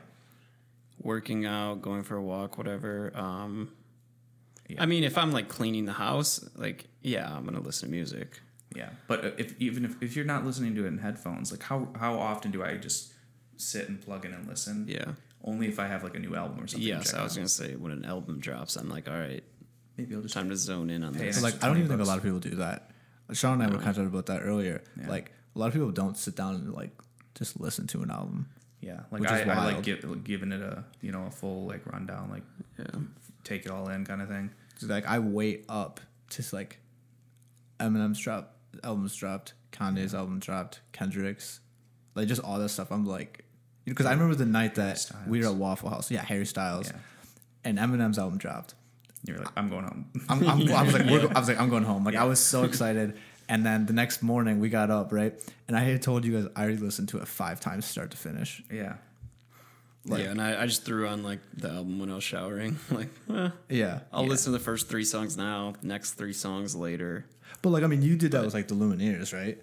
Speaker 3: working out, going for a walk, whatever. Um,
Speaker 2: Yeah.
Speaker 3: I mean, if I'm like cleaning the house, like yeah, I'm gonna listen to music.
Speaker 2: Yeah, but uh, if even if, if you're not listening to it in headphones, like how how often do I just sit and plug in and listen?
Speaker 3: Yeah.
Speaker 2: Only if I have like a new album or something. to
Speaker 3: Yes,
Speaker 2: check
Speaker 3: I was
Speaker 2: out.
Speaker 3: gonna say when an album drops, I'm like, all right,
Speaker 2: Maybe I'll just
Speaker 3: time to zone in on
Speaker 2: Hey,
Speaker 3: this. [laughs]
Speaker 2: It's
Speaker 4: So, like,
Speaker 2: just
Speaker 4: I don't
Speaker 2: 20
Speaker 4: even think
Speaker 2: bucks.
Speaker 4: a lot of people do that. Sean and I were kind of talking about that earlier. Like, a lot of people don't sit down and like just listen to an album.
Speaker 2: yeah, like
Speaker 4: Which
Speaker 2: I,
Speaker 4: is
Speaker 2: I like
Speaker 4: wild.
Speaker 2: give, like, giving it a you know a full like rundown, like take it all in kind of thing.
Speaker 4: So, like, I wait up to like Eminem's drop, albums dropped, Kanye's album dropped, Kendrick's, like just all that stuff. I'm like, because I remember the night that we were at Waffle House. Yeah, Harry Styles,
Speaker 2: Yeah.
Speaker 4: and Eminem's album dropped.
Speaker 2: You're like, I'm going home. [laughs]
Speaker 4: I'm, I'm, I was like, we're go- I was like, I'm going home. Like, I was so excited. And then the next morning, we got up, right? And I had told you guys I already listened to it five times, start to finish.
Speaker 2: yeah,
Speaker 3: yeah, and I, I just threw on like the album when I was showering. [laughs] like, eh,
Speaker 4: Yeah,
Speaker 3: I'll listen to the first three songs now, next three songs later.
Speaker 4: but like, I mean, you did that with like the Lumineers, right?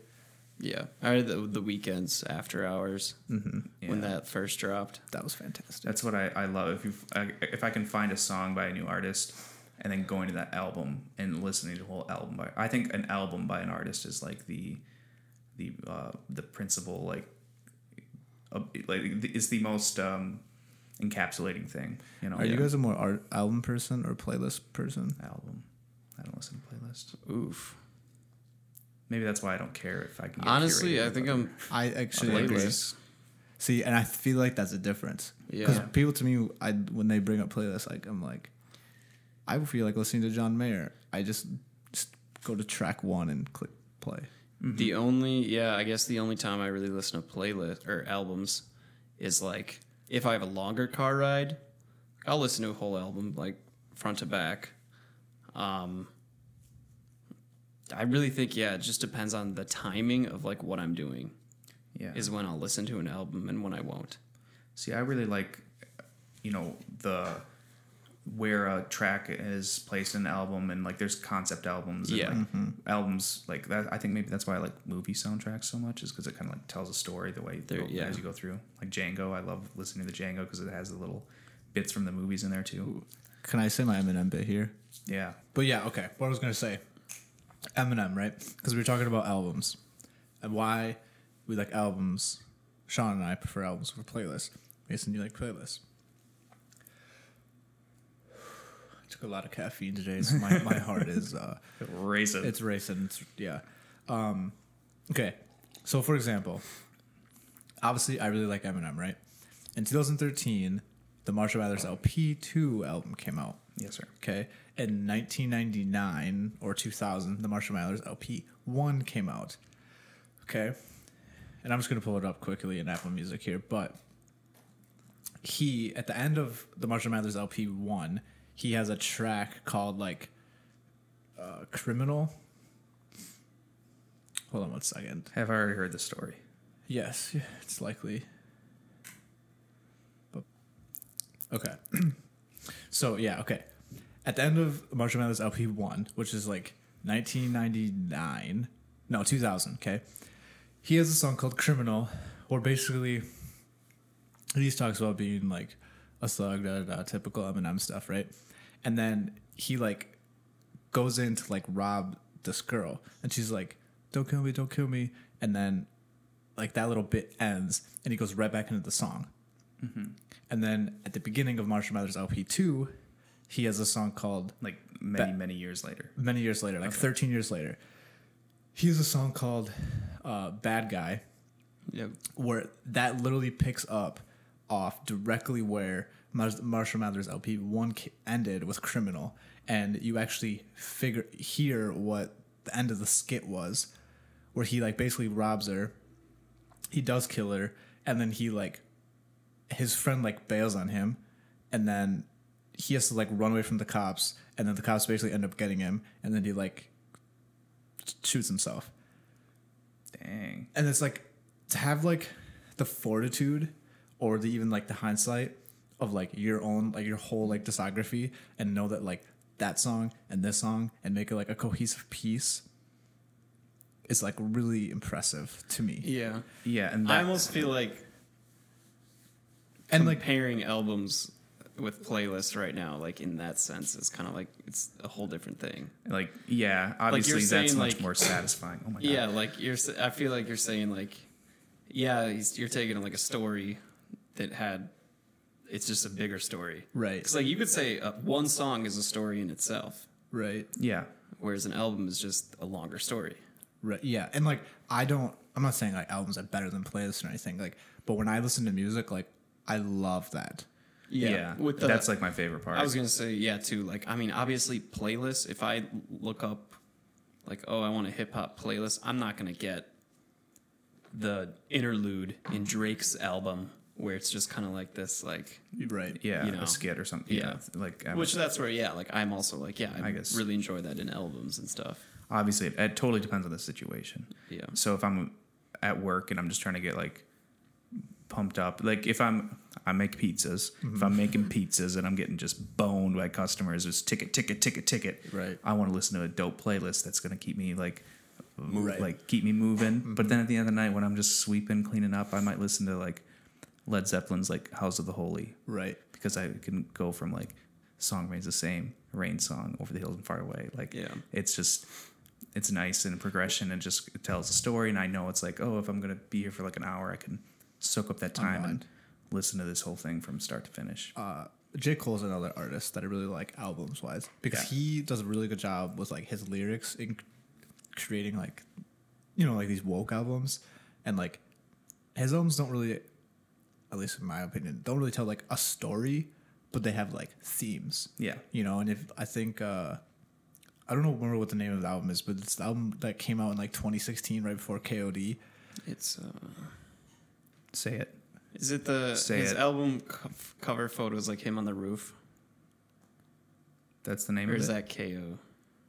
Speaker 3: Yeah, I had the, the weekends after hours when
Speaker 2: Yeah.
Speaker 3: that first dropped.
Speaker 4: That was fantastic.
Speaker 2: that's what I, I love. If you I, if I can find a song by a new artist and then going to that album and listening to the whole album by I think an album by an artist is like the the uh, the principal like uh, like is the most um, encapsulating thing. You know,
Speaker 4: Are you guys a more art album person or playlist person?
Speaker 2: album? I don't listen to playlists.
Speaker 3: Oof.
Speaker 2: Maybe that's why I don't care if I can. Get
Speaker 3: Honestly,
Speaker 2: curated
Speaker 3: I think
Speaker 2: by-
Speaker 3: I'm
Speaker 4: I actually
Speaker 2: agree.
Speaker 3: playlist.
Speaker 4: see, and I feel like that's a difference. Because
Speaker 3: Yeah.
Speaker 4: people to me, I when they bring up playlists, like I'm like, I feel like listening to John Mayer. I just, just go to track one and click play.
Speaker 3: The only, yeah, I guess the only time I really listen to playlists or albums is like if I have a longer car ride, I'll listen to a whole album like front to back. Um, I really think, yeah, it just depends on the timing of like what I'm doing
Speaker 2: yeah.
Speaker 3: is when I'll listen to an album and when I won't.
Speaker 2: See, I really like, you know, the where a track is placed in an album, and like there's concept albums, and
Speaker 3: Yeah.
Speaker 2: like, albums like that. I think maybe that's why I like movie soundtracks so much, is because it kind of like tells a story the way
Speaker 3: There- yeah.
Speaker 2: as you go through. Like Django, I love listening to the Django because it has the little bits from the movies in there too.
Speaker 4: Can I say my Eminem bit here?
Speaker 2: Yeah,
Speaker 4: But yeah, okay. What I was gonna say, Eminem, right? Because we were talking about albums and why we like albums. Sean and I prefer albums over playlists. Mason, you like playlists? [sighs] I took a lot of caffeine today, so my, my heart is uh,
Speaker 2: raise it.
Speaker 4: it's racing. It's, yeah. Um, okay. So for example, obviously I really like Eminem, right? In 2013, the Marshall Mathers LP2 album came out.
Speaker 2: yes, sir.
Speaker 4: Okay. In 1999 or 2000, the Marshall Mathers LP one came out. Okay. And I'm just gonna pull it up quickly in Apple Music here, but he at the end of the Marshall Mathers LP one, he has a track called like uh, "Criminal." Hold on one second.
Speaker 2: Have I already heard the story?
Speaker 4: Yes, yeah, it's likely. But- Okay. [clears throat] so yeah, okay. At the end of Marshall Mathers LP one, which is like 1999, no 2000. Okay, he has a song called "Criminal," where basically he just talks about being like a slug, da da da, typical Eminem stuff, right? And then he like goes in to like rob this girl, and she's like, "Don't kill me, don't kill me," and then like that little bit ends and he goes right back into the song. And then at the beginning of Marshall Mathers LP2, he has a song called
Speaker 2: Like many,
Speaker 4: Ba-
Speaker 2: many years later.
Speaker 4: many years later, like 13 years later. He has a song called uh, Bad Guy
Speaker 3: Yep.
Speaker 4: where that literally picks up off directly where Mar- Marshall Mathers LP one ca- ended with Criminal, and you actually figure hear what the end of the skit was, where he like basically robs her, he does kill her, and then he like his friend like bails on him, and then he has to like run away from the cops, and then the cops basically end up getting him, and then he like shoots himself
Speaker 2: Dang.
Speaker 4: and it's like to have like the fortitude or the even like the hindsight of like your own like your whole like discography and know that like that song and this song and make it like a cohesive piece is like really impressive to me
Speaker 3: Yeah.
Speaker 2: Yeah, and
Speaker 3: I
Speaker 2: that,
Speaker 3: almost feel like
Speaker 4: and like
Speaker 3: comparing albums with playlists right now, like in that sense, it's kind of like it's a whole different thing.
Speaker 2: Like, yeah, obviously that's
Speaker 3: saying,
Speaker 2: much
Speaker 3: like-
Speaker 2: more satisfying. Oh my god.
Speaker 3: Yeah, like you're. s- I feel like you're saying like, yeah, he's, you're taking like a story that had. It's just a bigger story,
Speaker 4: Right.
Speaker 3: Because like you could say uh, one song is a story in itself,
Speaker 4: Right.
Speaker 2: Yeah.
Speaker 3: whereas an album is just a longer story.
Speaker 4: Right. Yeah. And like I don't I'm not saying like albums are better than playlists or anything, like but when I listen to music, like I love that.
Speaker 2: Yeah.
Speaker 3: with the,
Speaker 2: that's like my favorite part.
Speaker 3: I was gonna say yeah too. Like I mean, obviously playlists. If I look up, like oh, I want a hip hop playlist, I'm not gonna get the interlude in Drake's album where it's just kind of like this, like
Speaker 4: Right.
Speaker 2: yeah,
Speaker 3: you know.
Speaker 2: a skit or something.
Speaker 3: Yeah.
Speaker 2: Yeah. Like um,
Speaker 3: which that's where yeah, like I'm also like yeah, I,
Speaker 2: I guess.
Speaker 3: really enjoy that in albums and stuff.
Speaker 2: obviously it, it totally depends on the situation.
Speaker 3: Yeah.
Speaker 2: So if I'm at work and I'm just trying to get like pumped up, like if I'm I make pizzas. If
Speaker 3: Mm-hmm.
Speaker 2: I'm making pizzas and I'm getting just boned by customers, it's ticket, ticket, ticket, ticket.
Speaker 4: Right.
Speaker 2: I want to listen to a dope playlist that's gonna keep me like, move,
Speaker 4: Right.
Speaker 2: like keep me moving.
Speaker 3: Mm-hmm.
Speaker 2: But then at the end of the night, when I'm just sweeping, cleaning up, I might listen to like Led Zeppelin's like House of the Holy
Speaker 4: Right.
Speaker 2: because I can go from like song remains the same, rain song, over the hills and far away. Like
Speaker 3: Yeah.
Speaker 2: it's just it's nice in progression and just it tells a story and I know it's like, oh, if I'm gonna be here for like an hour, I can soak up that time and
Speaker 4: Unwind.
Speaker 2: listen to this whole thing from start to finish.
Speaker 4: Uh J. Cole's another artist that I really like albums wise because
Speaker 2: Yeah.
Speaker 4: he does a really good job with like his lyrics in creating like you know, like these woke albums and like his albums don't really at least in my opinion, don't really tell like a story, but they have like themes.
Speaker 2: yeah.
Speaker 4: you know and if i think uh i don't know remember what the name of the album is but it's the album that came out in like 2016 right before kod
Speaker 3: It's uh,
Speaker 2: Say it.
Speaker 3: is it the
Speaker 2: Say
Speaker 3: his
Speaker 2: it.
Speaker 3: album co- cover photo is like him on the roof,
Speaker 2: That's the name
Speaker 3: or
Speaker 2: of
Speaker 3: is
Speaker 2: it.
Speaker 3: that Ko?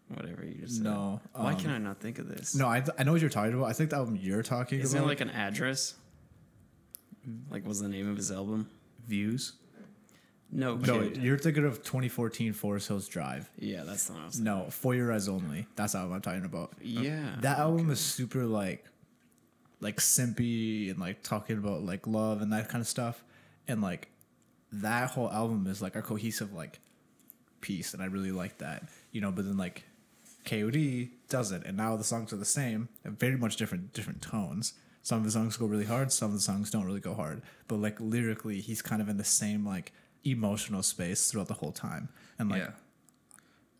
Speaker 3: Whatever you just said.
Speaker 4: No,
Speaker 3: Why
Speaker 4: um,
Speaker 3: can I not think of this?
Speaker 4: no I, I know what you're talking about i think the album you're talking
Speaker 3: Isn't it
Speaker 4: about
Speaker 3: like an address? Like, was the name of his album?
Speaker 2: Views.
Speaker 3: No,
Speaker 4: no
Speaker 3: Kid.
Speaker 4: you're thinking of 2014 forest hills drive
Speaker 3: yeah, that's the one I was. Thinking.
Speaker 4: no for your eyes only that's the album i'm talking about
Speaker 3: Yeah,
Speaker 2: Oh,
Speaker 4: that album is super like like simpy and like talking about like love and that kind of stuff and like that whole album is like a cohesive like piece and i really like that you know but then like kod does it and now the songs are the same and very much different different tones some of the songs go really hard some of the songs don't really go hard but like lyrically he's kind of in the same like emotional space throughout the whole time and like
Speaker 2: yeah.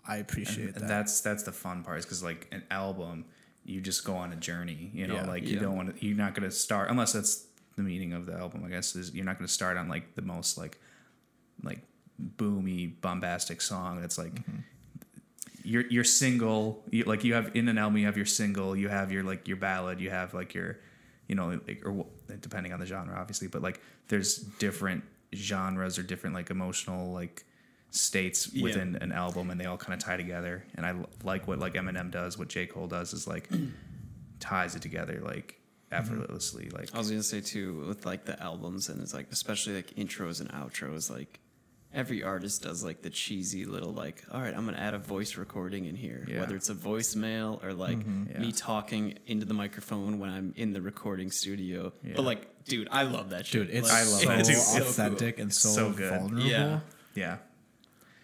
Speaker 4: i appreciate
Speaker 2: And
Speaker 4: that
Speaker 2: that's that's the fun part is because like an album you just go on a journey you know
Speaker 4: Yeah.
Speaker 2: like you
Speaker 3: Yeah.
Speaker 2: don't want to you're not going to start unless that's the meaning of the album i guess is you're not going to start on like the most like like boomy bombastic song that's like
Speaker 4: Mm-hmm.
Speaker 2: your your single you, like you have in an album you have your single you have your like your ballad you have like your you know like or wh- depending on the genre obviously but like there's different genres or different like emotional like states
Speaker 3: Yeah.
Speaker 2: within an album and they all kind of tie together and i l- like what like eminem does what j cole does is like [clears throat] ties it together like
Speaker 3: Mm-hmm.
Speaker 2: effortlessly like
Speaker 3: I was gonna say too with like the albums and it's like especially like intros and outros. Like every artist does like the cheesy little like, all right, I'm gonna add a voice recording in here,
Speaker 2: Yeah.
Speaker 3: whether it's a voicemail or like
Speaker 2: Yeah.
Speaker 4: Mm-hmm.
Speaker 3: me talking into the microphone when I'm in the recording studio.
Speaker 2: Yeah.
Speaker 3: But like, dude, I love that shit.
Speaker 4: dude it's
Speaker 3: like,
Speaker 2: I love
Speaker 4: so
Speaker 2: it. Dude, it's so
Speaker 4: authentic and so,
Speaker 2: So good.
Speaker 4: vulnerable
Speaker 3: Yeah,
Speaker 2: yeah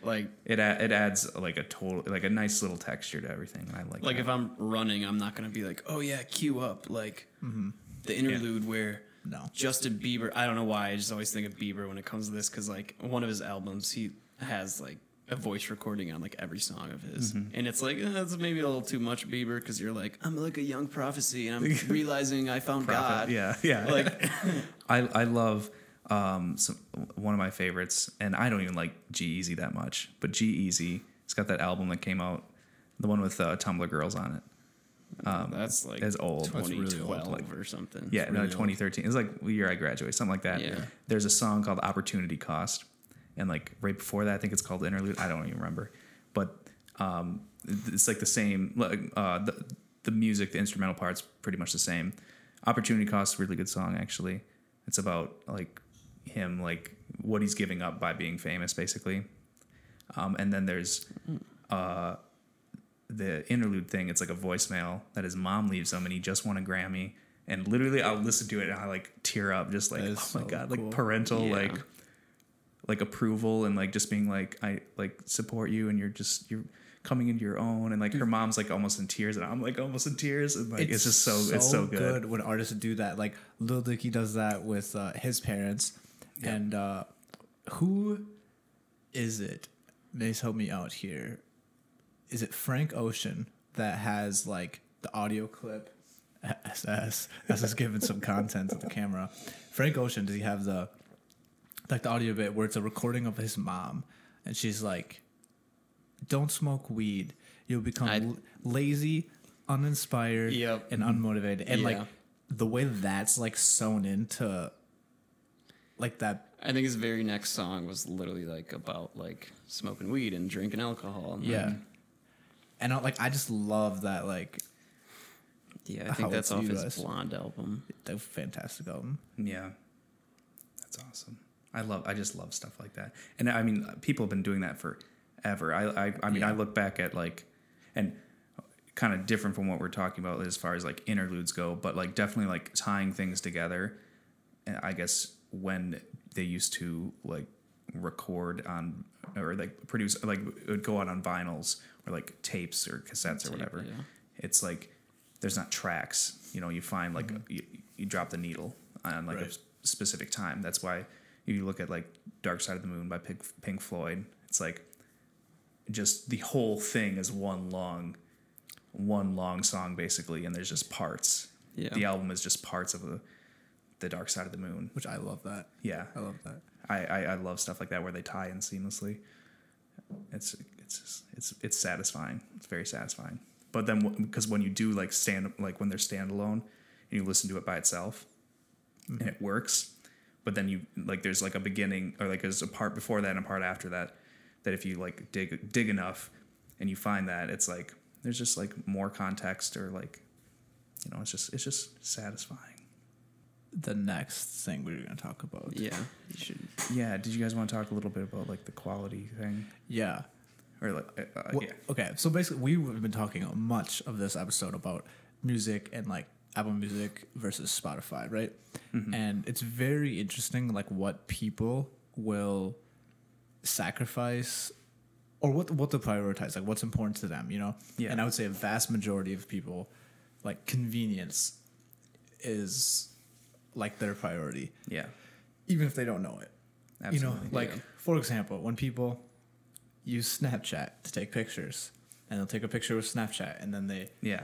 Speaker 3: like
Speaker 2: it a- it adds like a total like a nice little texture to everything and i like
Speaker 3: Like
Speaker 2: that.
Speaker 3: if I'm running, I'm not gonna be like, oh yeah, cue up like
Speaker 2: Mm-hmm.
Speaker 3: the interlude where
Speaker 4: No.
Speaker 3: Justin Bieber. I don't know why I just always think of Bieber when it comes to this because like one of his albums, he has like a voice recording on like every song of his,
Speaker 2: Mm-hmm.
Speaker 3: and it's like eh, that's maybe a little too much Bieber because you're like I'm like a young prophecy
Speaker 2: [laughs]
Speaker 3: and I'm realizing I found God.
Speaker 2: yeah yeah [laughs]
Speaker 3: Like
Speaker 2: I I love um some, one of my favorites, and I don't even like G Easy that much, but G Easy, it's got that album that came out, the one with uh, Tumblr Girls on it.
Speaker 3: that's like
Speaker 2: It's old. Um, That's
Speaker 4: really old,
Speaker 3: 2012
Speaker 2: like-
Speaker 3: or something.
Speaker 2: Yeah, no,
Speaker 4: really old.
Speaker 2: 2013. It's like the year I graduated, something like that.
Speaker 3: Yeah.
Speaker 2: There's a song called Opportunity Cost, and like right before that, I think it's called Interlude. I don't even remember, but um, it's like the same. like, Uh, the the music, the instrumental part's pretty much the same. Opportunity Cost, really good song actually. It's about like him, like what he's giving up by being famous, basically. Um, and then there's uh, the interlude thing. It's like a voicemail that his mom leaves him, and he just won a Grammy. And literally, I'll listen to it and I like tear up, just like [laughs]
Speaker 4: That
Speaker 2: oh my
Speaker 4: is so
Speaker 2: god,
Speaker 4: cool.
Speaker 2: like parental,
Speaker 3: Yeah.
Speaker 2: like like approval and like just being like I like support you and you're just you're coming into your own and like her mom's like almost in tears and I'm like almost in tears and like it's, just so, it's so good.
Speaker 4: when artists do that. Like Lil Dicky does that with uh, his parents, and uh, who is it? Please help me out here. Is it Frank Ocean that has like the audio clip? SS SS
Speaker 2: [laughs]
Speaker 4: giving some content to the camera. Frank Ocean does he have the like the audio bit where it's a recording of his mom and she's like don't smoke weed you'll become
Speaker 3: I-
Speaker 4: l- lazy uninspired
Speaker 3: Yep.
Speaker 4: and unmotivated and
Speaker 3: Yeah.
Speaker 4: like the way that's like sewn into like that
Speaker 3: I think his very next song was literally like about like smoking weed and drinking alcohol. And
Speaker 4: yeah
Speaker 3: like,
Speaker 4: and I, like i just love that like
Speaker 3: yeah. I
Speaker 4: How
Speaker 3: think that's
Speaker 4: it's
Speaker 3: off his
Speaker 4: utilized.
Speaker 3: Blonde album.
Speaker 4: the fantastic album
Speaker 2: Yeah. That's awesome. I love I just love stuff like that. And I mean people have been doing that forever. I I, I mean I look back at like and kind of different from what we're talking about as far as like interludes go, but like definitely like tying things together. And I guess when they used to like record on or like produce like it would go out on vinyls or like tapes or cassettes or whatever.
Speaker 3: yeah.
Speaker 2: It's like there's not tracks. You know, you find like you, you drop the needle on like a s- specific time. That's why you look at like Dark Side of the Moon by Pink, Pink Floyd. It's like just the whole thing is one long one long song basically and there's just parts
Speaker 3: Yeah.
Speaker 2: the album is just parts of the, the dark side of the moon
Speaker 4: which i love that
Speaker 2: yeah
Speaker 4: i love that
Speaker 2: I, I i love stuff like that where they tie in seamlessly it's it's just, it's it's satisfying it's very satisfying but then because when you do like stand like when they're standalone and you listen to it by itself and it works but then you like there's like a beginning or like there's a part before that and a part after that that if you like dig dig enough and you find that it's like there's just like more context or like you know it's just it's just satisfying
Speaker 4: the next thing we are going to talk about
Speaker 3: Yeah, you should.
Speaker 2: yeah did you guys want to talk a little bit about like the quality thing
Speaker 4: yeah
Speaker 2: or like uh, uh,
Speaker 4: Well,
Speaker 2: yeah
Speaker 4: Okay, so basically, we've been talking much of this episode about music and like Apple Music versus Spotify, right?
Speaker 2: Mm-hmm.
Speaker 4: And it's very interesting, like what people will sacrifice or what what to prioritize, like what's important to them, you know.
Speaker 2: Yeah.
Speaker 4: And I would say a vast majority of people, like convenience, is like their priority,
Speaker 2: yeah
Speaker 4: even if they don't know it.
Speaker 2: absolutely
Speaker 4: You know, like
Speaker 3: yeah.
Speaker 4: for example, when people use Snapchat to take pictures, and they'll take a picture with Snapchat, and then they
Speaker 2: yeah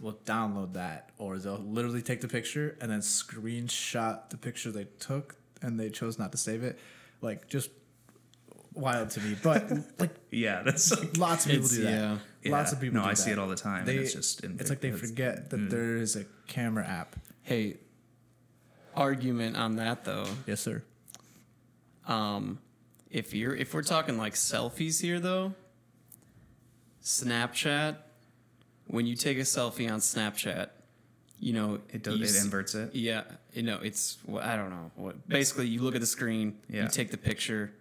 Speaker 4: will download that, or they'll literally take the picture and then screenshot the picture they took, and they chose not to save it. Like just wild to me,
Speaker 2: [laughs]
Speaker 4: but like
Speaker 2: yeah that's like
Speaker 4: lots of people
Speaker 3: It's-
Speaker 4: do that.
Speaker 3: yeah.
Speaker 4: Lots
Speaker 2: Yeah.
Speaker 4: of people.
Speaker 2: No,
Speaker 4: do
Speaker 2: I see
Speaker 4: that.
Speaker 2: it all the time, and it's just in-
Speaker 4: it's like they
Speaker 2: it's- mm.
Speaker 4: forget that there is a camera app.
Speaker 3: Hey, argument on that though.
Speaker 4: Yes, sir.
Speaker 3: Um, if you're if we're talking like selfies here though, Snapchat. When you take a selfie on Snapchat, you know
Speaker 2: it does
Speaker 3: you
Speaker 2: it
Speaker 3: s-
Speaker 2: inverts it
Speaker 3: Yeah, you know it's well, I don't know what. Basically, you look at the screen,
Speaker 2: Yeah.
Speaker 3: you take the picture,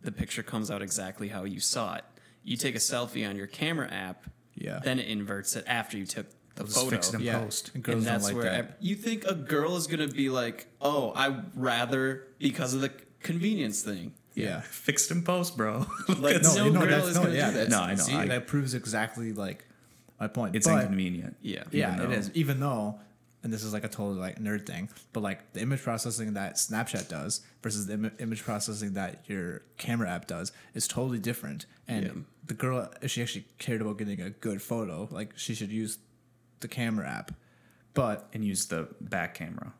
Speaker 3: the picture comes out exactly how you saw it. You take a selfie on your camera app,
Speaker 4: Yeah.
Speaker 3: then it inverts it after you took the
Speaker 2: They'll just
Speaker 3: photo.
Speaker 2: fix it in
Speaker 4: yeah.
Speaker 2: post
Speaker 4: And
Speaker 3: And
Speaker 4: girls don't
Speaker 3: that's
Speaker 4: like
Speaker 3: where
Speaker 4: that.
Speaker 3: ev- you think a girl is gonna be like, "Oh, I rather because of the convenience thing."
Speaker 4: yeah.
Speaker 2: [laughs] fixed in post bro [laughs]
Speaker 3: Like
Speaker 4: [laughs] No,
Speaker 3: no,
Speaker 4: no,
Speaker 3: girl
Speaker 4: that's-
Speaker 3: is
Speaker 4: no,
Speaker 3: gonna
Speaker 4: yeah,
Speaker 3: do that.
Speaker 2: no, I know.
Speaker 4: See,
Speaker 2: I-
Speaker 4: that proves exactly like my point.
Speaker 2: it's
Speaker 4: But-
Speaker 2: inconvenient
Speaker 3: Yeah.
Speaker 4: Yeah,
Speaker 2: even
Speaker 4: it
Speaker 2: though-
Speaker 4: is. Even though, and this is like a total like nerd thing, but like the image processing that Snapchat does versus the Im- image processing that your camera app does is totally different. And
Speaker 3: Yeah.
Speaker 4: the girl, if she actually cared about getting a good photo, like she should use the camera app. But
Speaker 2: and use the back camera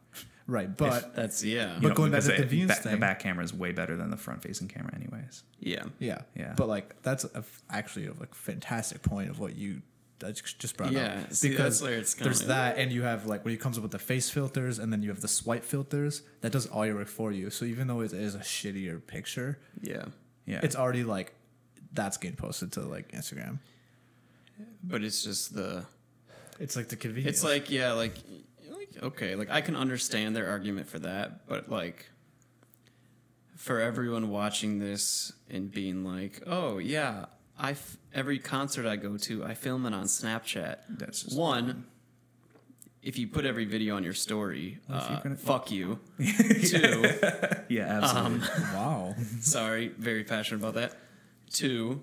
Speaker 4: right, but
Speaker 3: That's yeah,
Speaker 4: But going back
Speaker 2: because
Speaker 4: to the
Speaker 2: it-
Speaker 4: convenience
Speaker 2: back- the
Speaker 4: thing-
Speaker 2: back camera is way better than the front facing camera anyways
Speaker 3: yeah.
Speaker 4: yeah,
Speaker 2: Yeah.
Speaker 4: But like that's a f actually a like fantastic point of what you that you just brought
Speaker 3: Yeah,
Speaker 4: up
Speaker 3: see, that's where it's
Speaker 4: there's
Speaker 3: going.
Speaker 4: that and you have like when it comes up with the face filters and then you have the swipe filters that does all your work for you so even though it is a shittier picture
Speaker 3: yeah.
Speaker 2: yeah
Speaker 4: it's already like that's getting posted to like instagram
Speaker 3: But it's just the
Speaker 4: it's like the convenience
Speaker 3: It's like yeah, like like okay, like I can understand their argument for that, but like for everyone watching this and being like, "Oh yeah, I f- every concert I go to, I film it on Snapchat."
Speaker 2: That's just-
Speaker 3: one if you put every video on your story,
Speaker 2: if you're
Speaker 3: uh,
Speaker 2: gonna-
Speaker 3: fuck [laughs] you. Two,
Speaker 2: [laughs] Yeah,
Speaker 4: Um,
Speaker 2: absolutely.
Speaker 4: Wow. [laughs]
Speaker 3: sorry, very passionate about that. Two,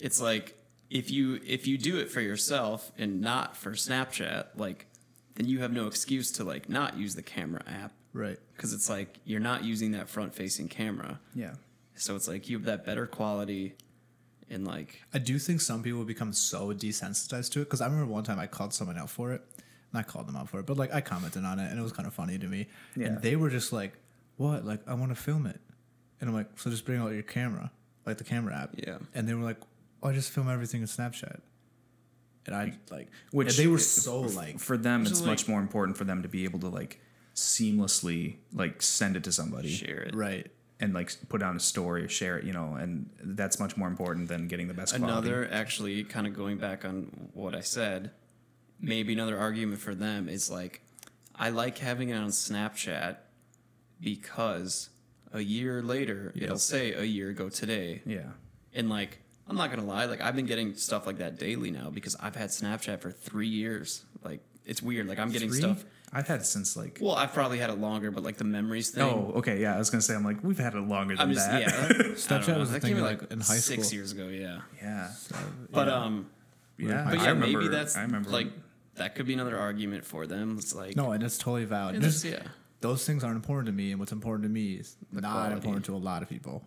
Speaker 3: it's like if you if you do it for yourself and not for Snapchat, like then you have no excuse to like not use the camera app
Speaker 4: Right.
Speaker 3: because it's like you're not using that front facing camera.
Speaker 4: Yeah.
Speaker 3: So it's like you have that better quality and like
Speaker 4: I do think some people become so desensitized to it because I remember one time I called someone out for it. Not called them out for it, but like I commented on it and it was kind of funny to me.
Speaker 2: Yeah.
Speaker 4: And they were just like, "What? Like I want to film it." And I'm like, "So just bring out your camera, like the camera app."
Speaker 3: Yeah.
Speaker 4: And they were like, oh, "I just film everything in Snapchat." And I like,
Speaker 2: Which
Speaker 4: and they were
Speaker 2: it-
Speaker 4: so like,
Speaker 2: for them, it's
Speaker 3: So, like-
Speaker 2: much more important for them to be able to like seamlessly like send it to somebody
Speaker 3: share it.
Speaker 4: right?
Speaker 2: and like put on a story or share it, you know, and that's much more important than getting the best quality.
Speaker 3: Another actually kind of going back on what I said, maybe another argument for them is like I like having it on Snapchat because a year later it'll say a year ago today.
Speaker 2: Yeah.
Speaker 3: And like I'm not going to lie, like I've been getting stuff like that daily now because I've had Snapchat for 3 years. Like it's weird like I'm getting
Speaker 2: Three?
Speaker 3: stuff
Speaker 2: I've had since like.
Speaker 3: well, I've probably had it longer, but like the memories thing.
Speaker 2: Oh, okay. Yeah, I was gonna say I'm like we've had it longer than
Speaker 3: I'm just
Speaker 4: [laughs]
Speaker 2: that.
Speaker 3: yeah.
Speaker 4: Snapchat was a
Speaker 3: that
Speaker 4: thing,
Speaker 3: came in,
Speaker 4: like, in high
Speaker 3: six
Speaker 4: school.
Speaker 3: years ago. Yeah,
Speaker 2: yeah.
Speaker 3: but um,
Speaker 2: [laughs] Yeah.
Speaker 3: but
Speaker 2: I
Speaker 3: yeah,
Speaker 2: remember,
Speaker 3: maybe that's
Speaker 2: I remember
Speaker 3: like that could be another argument for them. It's like
Speaker 4: No, and it's totally valid.
Speaker 3: it
Speaker 4: Just-
Speaker 3: is, yeah,
Speaker 4: Those things aren't important to me, and what's important to me is not
Speaker 3: quality.
Speaker 4: important to a lot of people.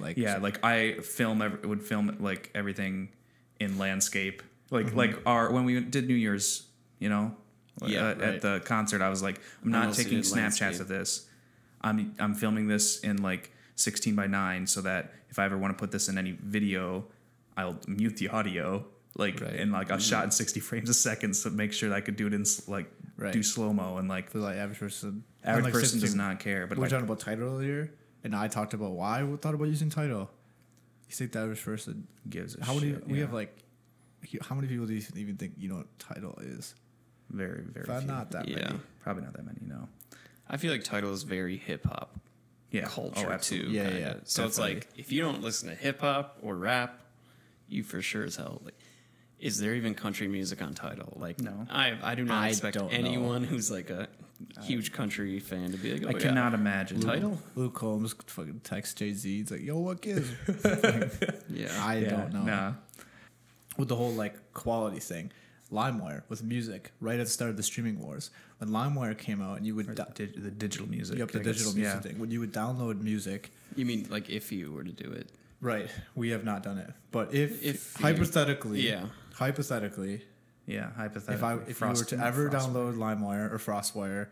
Speaker 4: Like,
Speaker 2: Yeah, like I film ev- would film like everything in landscape. Like
Speaker 4: Mm-hmm.
Speaker 2: like our when we did New Year's, you know, uh,
Speaker 3: Yeah,
Speaker 2: at,
Speaker 3: right.
Speaker 2: at the concert, I was like, I'm not
Speaker 3: Unless you
Speaker 2: taking
Speaker 3: did
Speaker 2: Snapchats
Speaker 3: landscape.
Speaker 2: of this. I'm I'm filming this in like 16 by 9 so that if I ever want to put this in any video, I'll mute the audio. Like
Speaker 4: Right. Mm-hmm.
Speaker 2: and like I shot in 60 frames a second, so make sure that I could do it in s- like
Speaker 4: Right.
Speaker 2: do slow mo and like
Speaker 4: for like average person, and,
Speaker 2: average
Speaker 4: like,
Speaker 2: person does
Speaker 4: 16
Speaker 2: not care. But
Speaker 4: we were
Speaker 2: like,
Speaker 4: talking about title earlier, and I talked about why I thought about using title. You think the average person?
Speaker 2: gives a
Speaker 4: How many?
Speaker 2: shit.
Speaker 4: We
Speaker 2: yeah.
Speaker 4: have like, you- how many people do you even think you know what title is?
Speaker 2: very very
Speaker 4: If I'm
Speaker 2: few.
Speaker 4: not that
Speaker 3: yeah.
Speaker 4: many.
Speaker 2: probably not that many. No.
Speaker 3: I feel like title is very hip hop
Speaker 2: Yeah. Oh,
Speaker 3: culture
Speaker 2: absolutely.
Speaker 3: too.
Speaker 4: Yeah,
Speaker 3: kinda.
Speaker 4: yeah,
Speaker 3: So it's
Speaker 4: definitely.
Speaker 3: like if you don't listen to hip hop or rap, you for sure as hell like. Is there even country music on title? Like,
Speaker 2: No.
Speaker 3: I I do not
Speaker 4: I
Speaker 3: expect
Speaker 4: don't know.
Speaker 3: anyone who's like a huge country fan to be like, oh,
Speaker 2: I
Speaker 3: yeah.
Speaker 2: cannot imagine.
Speaker 3: title.
Speaker 4: Luke Holmes fucking texts Jay Z. It's like, yo,
Speaker 2: [laughs]
Speaker 4: what gives?
Speaker 3: Yeah,
Speaker 4: I
Speaker 2: Yeah,
Speaker 4: don't know.
Speaker 2: Nah.
Speaker 4: with the whole like quality thing. LimeWire with music right at the start of the streaming wars when LimeWire came out and you would
Speaker 2: The,
Speaker 4: do-
Speaker 2: dig- the digital music.
Speaker 4: you up the
Speaker 2: I guess,
Speaker 4: digital music
Speaker 2: yeah.
Speaker 4: thing when you would download music.
Speaker 3: you mean like if you were to do it?
Speaker 4: Right, we have not done it, but if,
Speaker 3: If you-
Speaker 4: hypothetically,
Speaker 3: yeah.
Speaker 4: hypothetically,
Speaker 2: Yeah, hypothetically.
Speaker 4: if I if
Speaker 2: Frost-
Speaker 4: you were to ever
Speaker 2: Frost-
Speaker 4: download LimeWire or FrostWire,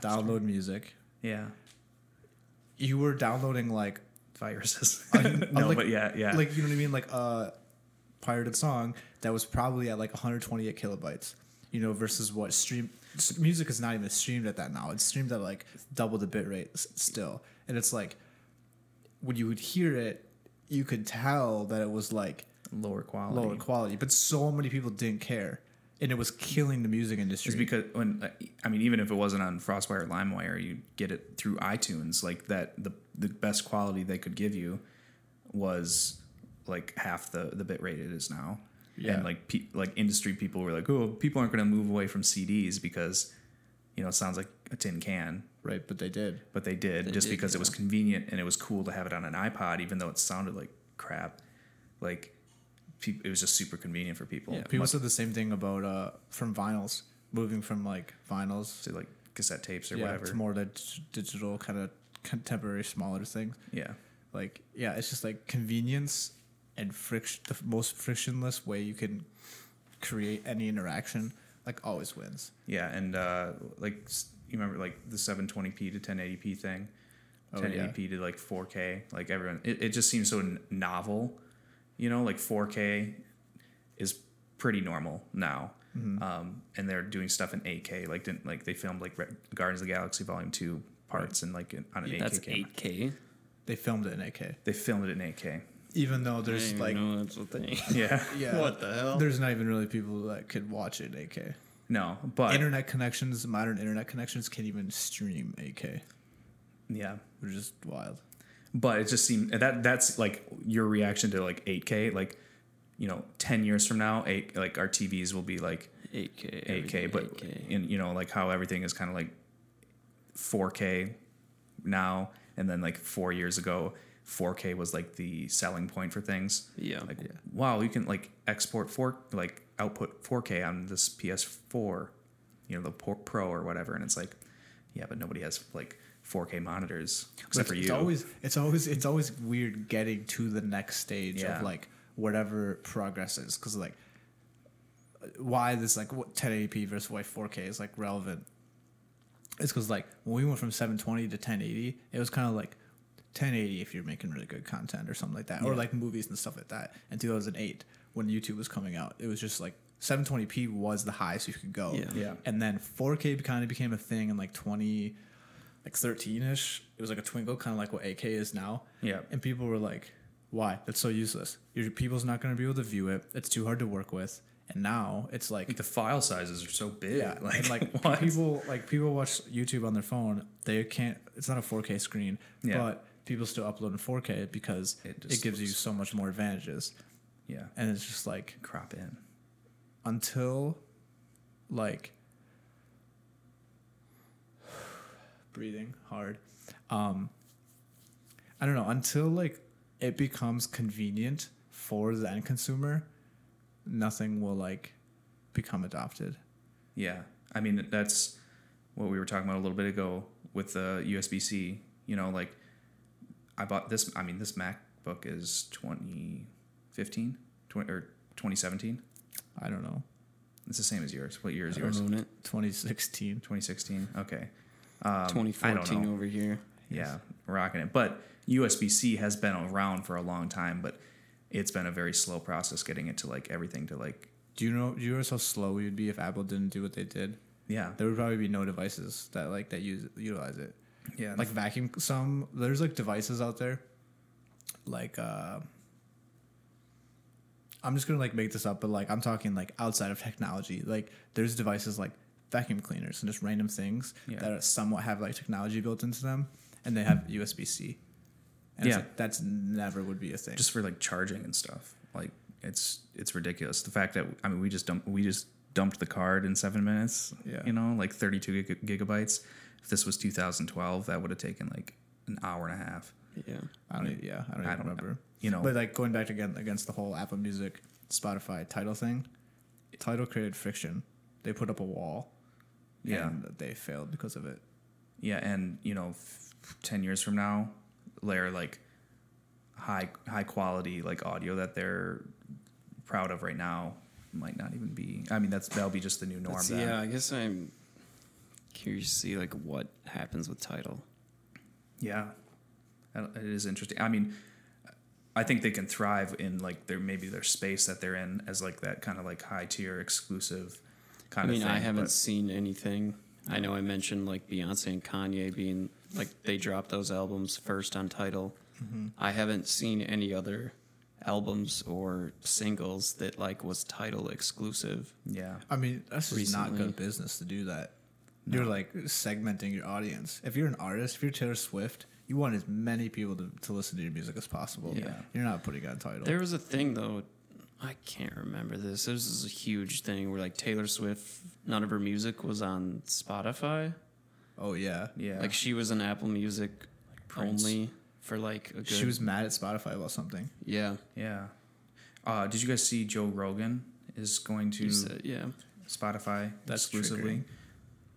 Speaker 4: download music,
Speaker 2: Yeah.
Speaker 4: you were downloading like [laughs]
Speaker 2: Viruses.
Speaker 4: uh,
Speaker 2: [laughs] no,
Speaker 4: like-
Speaker 2: but yeah, yeah.
Speaker 4: like you know what I mean, like a pirated song that was probably at like 128 kilobytes, you know, versus what stream s- music is not even streamed at that now. It's streamed at like double the bit rate s- still, and it's like when you would hear it, you could tell that it was like
Speaker 2: lower quality.
Speaker 4: lower quality, but so many people didn't care, and it was killing the music industry.
Speaker 2: It's because when uh, I mean, even if it wasn't on FrostWire or LimeWire, you get it through iTunes. Like that, the the best quality they could give you was like half the the bit rate it is now.
Speaker 4: Yeah.
Speaker 2: And like pe- like industry people were like, oh, people aren't going to move away from CDs because you know it sounds like a tin can.
Speaker 4: right, but they did.
Speaker 2: but they did just
Speaker 3: did,
Speaker 2: because it
Speaker 3: yeah.
Speaker 2: was convenient and it was cool to have it on an iPod, even though it sounded like crap. Like, pe- it was just super convenient for people.
Speaker 4: People
Speaker 2: Much
Speaker 4: said the same thing about uh from vinyls moving from like vinyls
Speaker 2: to like cassette tapes or
Speaker 4: yeah,
Speaker 2: whatever.
Speaker 4: to more the dig- digital kind of contemporary smaller things.
Speaker 2: yeah,
Speaker 4: Like yeah, it's just like convenience and friction. The most frictionless way you can create any interaction like always wins.
Speaker 2: yeah, and uh, like s- you remember like the 720p to 1080p thing,
Speaker 4: Oh,
Speaker 2: 1080p to like 4K. Like everyone, it, it just seems so n- novel. You know, like 4K is pretty normal now.
Speaker 3: Mm-hmm.
Speaker 2: Um, and they're doing stuff in 8K. Like didn't like they filmed like Re- Guardians of the Galaxy Volume Two parts and like in, on an 8K
Speaker 3: that's
Speaker 2: camera.
Speaker 3: eight K.
Speaker 4: They filmed it in AK,
Speaker 2: They filmed it in
Speaker 3: [laughs]
Speaker 2: 8K.
Speaker 4: even though there's like
Speaker 3: no, that's the thing.
Speaker 2: Yeah.
Speaker 4: yeah,
Speaker 3: What the hell?
Speaker 4: There's not even really people that could watch it in AK.
Speaker 2: No, but
Speaker 4: internet connections, modern internet connections can't even stream AK,
Speaker 2: yeah,
Speaker 4: which is wild.
Speaker 2: but it just seemed that that's like your reaction to like 8K. Like, you know, 10 years from now, eight like our TVs will be like
Speaker 3: 8K.
Speaker 2: 8K,
Speaker 3: everything,
Speaker 2: but
Speaker 3: 8K.
Speaker 2: in you know like how everything is kind of like 4K now, and then like four years ago, 4K was like the selling point for things.
Speaker 3: Yeah.
Speaker 2: Like wow, you can like export four like output 4K on this PS4, you know the Pro- Pro or whatever, and it's like yeah, but nobody has like 4K monitors except
Speaker 4: It's-
Speaker 2: for you.
Speaker 4: It's always it's always it's always weird getting to the next stage
Speaker 2: Yeah.
Speaker 4: of like whatever progress is because like why this like what 1080p versus why 4K is like relevant. It's because like when we went from 720 to 1080, it was kind of like 1080 if you're making really good content or something like that, or like movies and stuff like that. In 2008, when YouTube was coming out, it was just like 720p was the highest you could go.
Speaker 3: Yeah.
Speaker 2: Yeah.
Speaker 4: And then 4K kind of became a thing in like 20, like 13 ish. It was like a twinkle, kind of like what AK is now.
Speaker 2: Yeah.
Speaker 4: And people were like, why? That's so useless. Your people's not going to be able to view it. It's too hard to work with. And now it's like,
Speaker 2: the file sizes are so big.
Speaker 4: yeah,
Speaker 2: [laughs] like,
Speaker 4: and like
Speaker 2: what?
Speaker 4: people like people watch YouTube on their phone. They can't. It's not a 4K screen,
Speaker 2: Yeah.
Speaker 4: but people still upload in 4K because
Speaker 2: It
Speaker 4: it,
Speaker 2: just
Speaker 4: gives you
Speaker 2: looks-
Speaker 4: so much more advantages.
Speaker 2: yeah,
Speaker 4: And it's just like
Speaker 2: crop in.
Speaker 4: until like [sighs] breathing hard um i don't know until like it becomes convenient for the end consumer nothing will like become adopted
Speaker 2: Yeah. I mean, that's what we were talking about a little bit ago with the USB C. You know, like I bought this, I mean, this MacBook is 2015 20, or 2017.
Speaker 4: i don't know
Speaker 2: It's the same as yours. What year is
Speaker 3: I'm
Speaker 2: yours?
Speaker 3: moving it.
Speaker 4: 2016
Speaker 2: 2016. Okay. Um, I don't
Speaker 3: 2014
Speaker 2: know.
Speaker 4: oh,
Speaker 3: over here.
Speaker 2: Yeah, rocking it. But USB C has been around for a long time, but it's been a very slow process getting it to like everything to like,
Speaker 4: do you know do you realize how slow we would be if apple didn't do what they did
Speaker 2: yeah.
Speaker 4: there would probably be no devices that like that use utilize it
Speaker 2: Yeah.
Speaker 4: like vacuum some there's like devices out there like uh i'm just gonna like make this up but like i'm talking like outside of technology like there's devices like vacuum cleaners and just random things
Speaker 2: Yeah.
Speaker 4: that are somewhat have like technology built into them and they have usb-c and it's
Speaker 2: Yeah.
Speaker 4: like, that's never would be a thing
Speaker 2: just for like charging and stuff. Like it's it's ridiculous. The fact that I mean we just dump we just dumped the card in seven minutes.
Speaker 4: Yeah.
Speaker 2: You know, like thirty two gig- gigabytes. If this was two thousand twelve, that would have taken like an hour and a half.
Speaker 3: Yeah.
Speaker 4: i don't e, yeah i don't, even
Speaker 2: I don't
Speaker 4: remember
Speaker 2: You know.
Speaker 4: but like going back again against the whole apple music spotify title thing title created friction they put up a wall
Speaker 2: yeah.
Speaker 4: and they failed because of it
Speaker 2: yeah, and you know, f- ten years from now, layer like high high quality like audio that they're proud of right now might not even be. I mean, that's that'll be just the new norm.
Speaker 3: That's-
Speaker 2: then.
Speaker 3: yeah, I guess I'm curious to see like what happens with title.
Speaker 2: Yeah, That- it is interesting. I mean, I think they can thrive in like their maybe their space that they're in as like that kind of like high tier exclusive
Speaker 3: I
Speaker 2: kind
Speaker 3: mean,
Speaker 2: of thing.
Speaker 3: I haven't
Speaker 2: but-
Speaker 3: seen anything. I know I mentioned like Beyonce and Kanye being like they dropped those albums first on title.
Speaker 2: Mm-hmm.
Speaker 3: I haven't seen any other albums or singles that like was title exclusive.
Speaker 2: yeah,
Speaker 4: I mean, that's just not
Speaker 3: Recently.
Speaker 4: good business to do that. You're like segmenting your audience. If you're an artist, if you're Taylor Swift, you want as many people to, to listen to your music as possible.
Speaker 2: Yeah.
Speaker 4: You're not putting on title.
Speaker 3: There was a thing though, I can't remember this. This is a huge thing where like Taylor Swift, none of her music was on Spotify.
Speaker 4: oh yeah.
Speaker 2: yeah.
Speaker 3: Like she was on Apple Music
Speaker 2: Prince.
Speaker 3: only for like a good.
Speaker 4: She was mad at Spotify about something.
Speaker 3: yeah.
Speaker 2: yeah. Uh, did you guys see Joe Rogan is going to
Speaker 3: You said yeah.
Speaker 2: Spotify
Speaker 4: That's
Speaker 2: exclusively?
Speaker 4: triggering.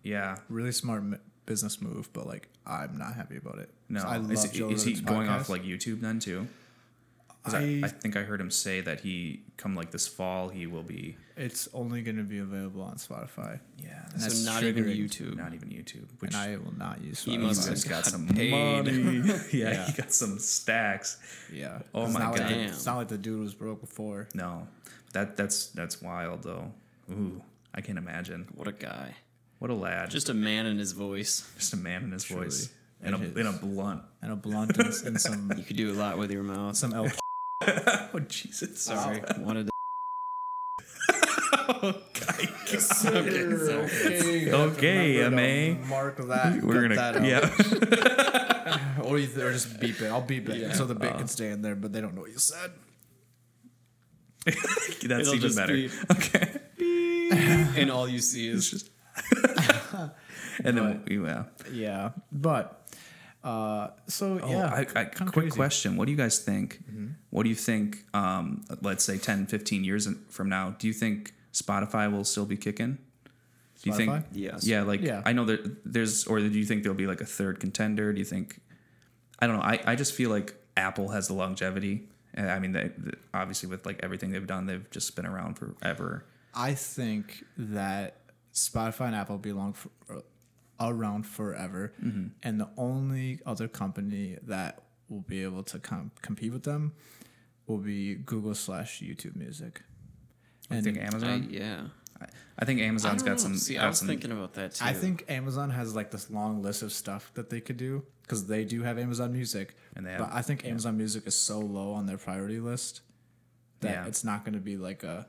Speaker 2: Yeah,
Speaker 4: Really smart m- business move, but like I'm not happy about it.
Speaker 2: no.
Speaker 4: So I love
Speaker 2: is,
Speaker 4: Joe
Speaker 2: is he
Speaker 4: Rogan's
Speaker 2: going
Speaker 4: podcast.
Speaker 2: off like YouTube then too? 'Cause I,
Speaker 4: I-
Speaker 2: I think I heard him say that he come like this fall he will be
Speaker 4: It's only going to be available on Spotify,
Speaker 2: yeah
Speaker 4: And that's
Speaker 3: so not
Speaker 4: triggering.
Speaker 3: even YouTube.
Speaker 2: not even YouTube which
Speaker 4: and I will not use Spotify.
Speaker 3: He must
Speaker 2: He's
Speaker 3: have
Speaker 2: got,
Speaker 3: got
Speaker 2: some
Speaker 3: paid.
Speaker 2: money. [laughs] yeah,
Speaker 4: Yeah.
Speaker 2: he got some stacks.
Speaker 4: yeah.
Speaker 2: Oh
Speaker 4: It's
Speaker 2: my
Speaker 4: not like
Speaker 2: God.
Speaker 4: the- it's not like the dude was broke before.
Speaker 2: No, that that's that's wild though. Ooh, I can't imagine.
Speaker 3: What a guy.
Speaker 2: What a lad! Just,
Speaker 3: Just a man and his voice.
Speaker 2: a man in his voice and
Speaker 4: It
Speaker 2: a in a
Speaker 4: is.
Speaker 2: blunt. [laughs]
Speaker 4: And a blunt and, and some [laughs]
Speaker 3: You could do a lot with your mouth.
Speaker 4: some elk
Speaker 2: Oh Jesus! [laughs]
Speaker 3: Sorry. Wanted to [laughs]
Speaker 4: okay,
Speaker 2: Okay,
Speaker 4: Remember to
Speaker 2: MA.
Speaker 4: Mark
Speaker 2: [laughs]
Speaker 4: that.
Speaker 2: We're gonna
Speaker 4: cut that out.
Speaker 2: yeah. [laughs]
Speaker 4: [laughs] or, either, or just beep it. I'll beep it so the
Speaker 2: Uh,
Speaker 4: bit can stay in there, but they don't know what you said.
Speaker 2: That's even better. [laughs] Okay.
Speaker 3: and all you see is just
Speaker 2: and then yeah.
Speaker 4: Yeah, but uh, so
Speaker 2: Oh,
Speaker 4: yeah.
Speaker 2: I, I,
Speaker 4: kinda
Speaker 2: quick
Speaker 4: crazy. Mm-hmm.
Speaker 2: question. What do you guys think? What do you think, um, let's say 10, 15 years in- from now, do you think Spotify will still be kicking? Do you think?
Speaker 4: Spotify?
Speaker 3: Yes.
Speaker 2: Yeah, like,
Speaker 4: Yeah.
Speaker 2: I know that there's, or do you think there'll be like a third contender? Do you think, I don't know. I, I just feel like Apple has the longevity. Uh, I mean, they, they- obviously, with like everything they've done, they've just been around forever.
Speaker 4: I think that Spotify and Apple belong for, uh, around forever,
Speaker 2: Mm-hmm.
Speaker 4: and the only other company that will be able to com- compete with them will be Google slash YouTube Music.
Speaker 2: I
Speaker 4: And
Speaker 2: think Amazon.
Speaker 3: I- yeah.
Speaker 2: I, I think Amazon's
Speaker 3: I don't
Speaker 2: got
Speaker 3: know.
Speaker 2: some.
Speaker 3: See,
Speaker 2: got
Speaker 3: I was
Speaker 2: some-
Speaker 3: thinking about that too.
Speaker 4: I think Amazon has like this long list of stuff that they could do because they do have Amazon Music,
Speaker 2: And they
Speaker 4: but
Speaker 2: have-
Speaker 4: I think Amazon Music is so low on their priority list that
Speaker 2: Yeah.
Speaker 4: it's not going to be like a.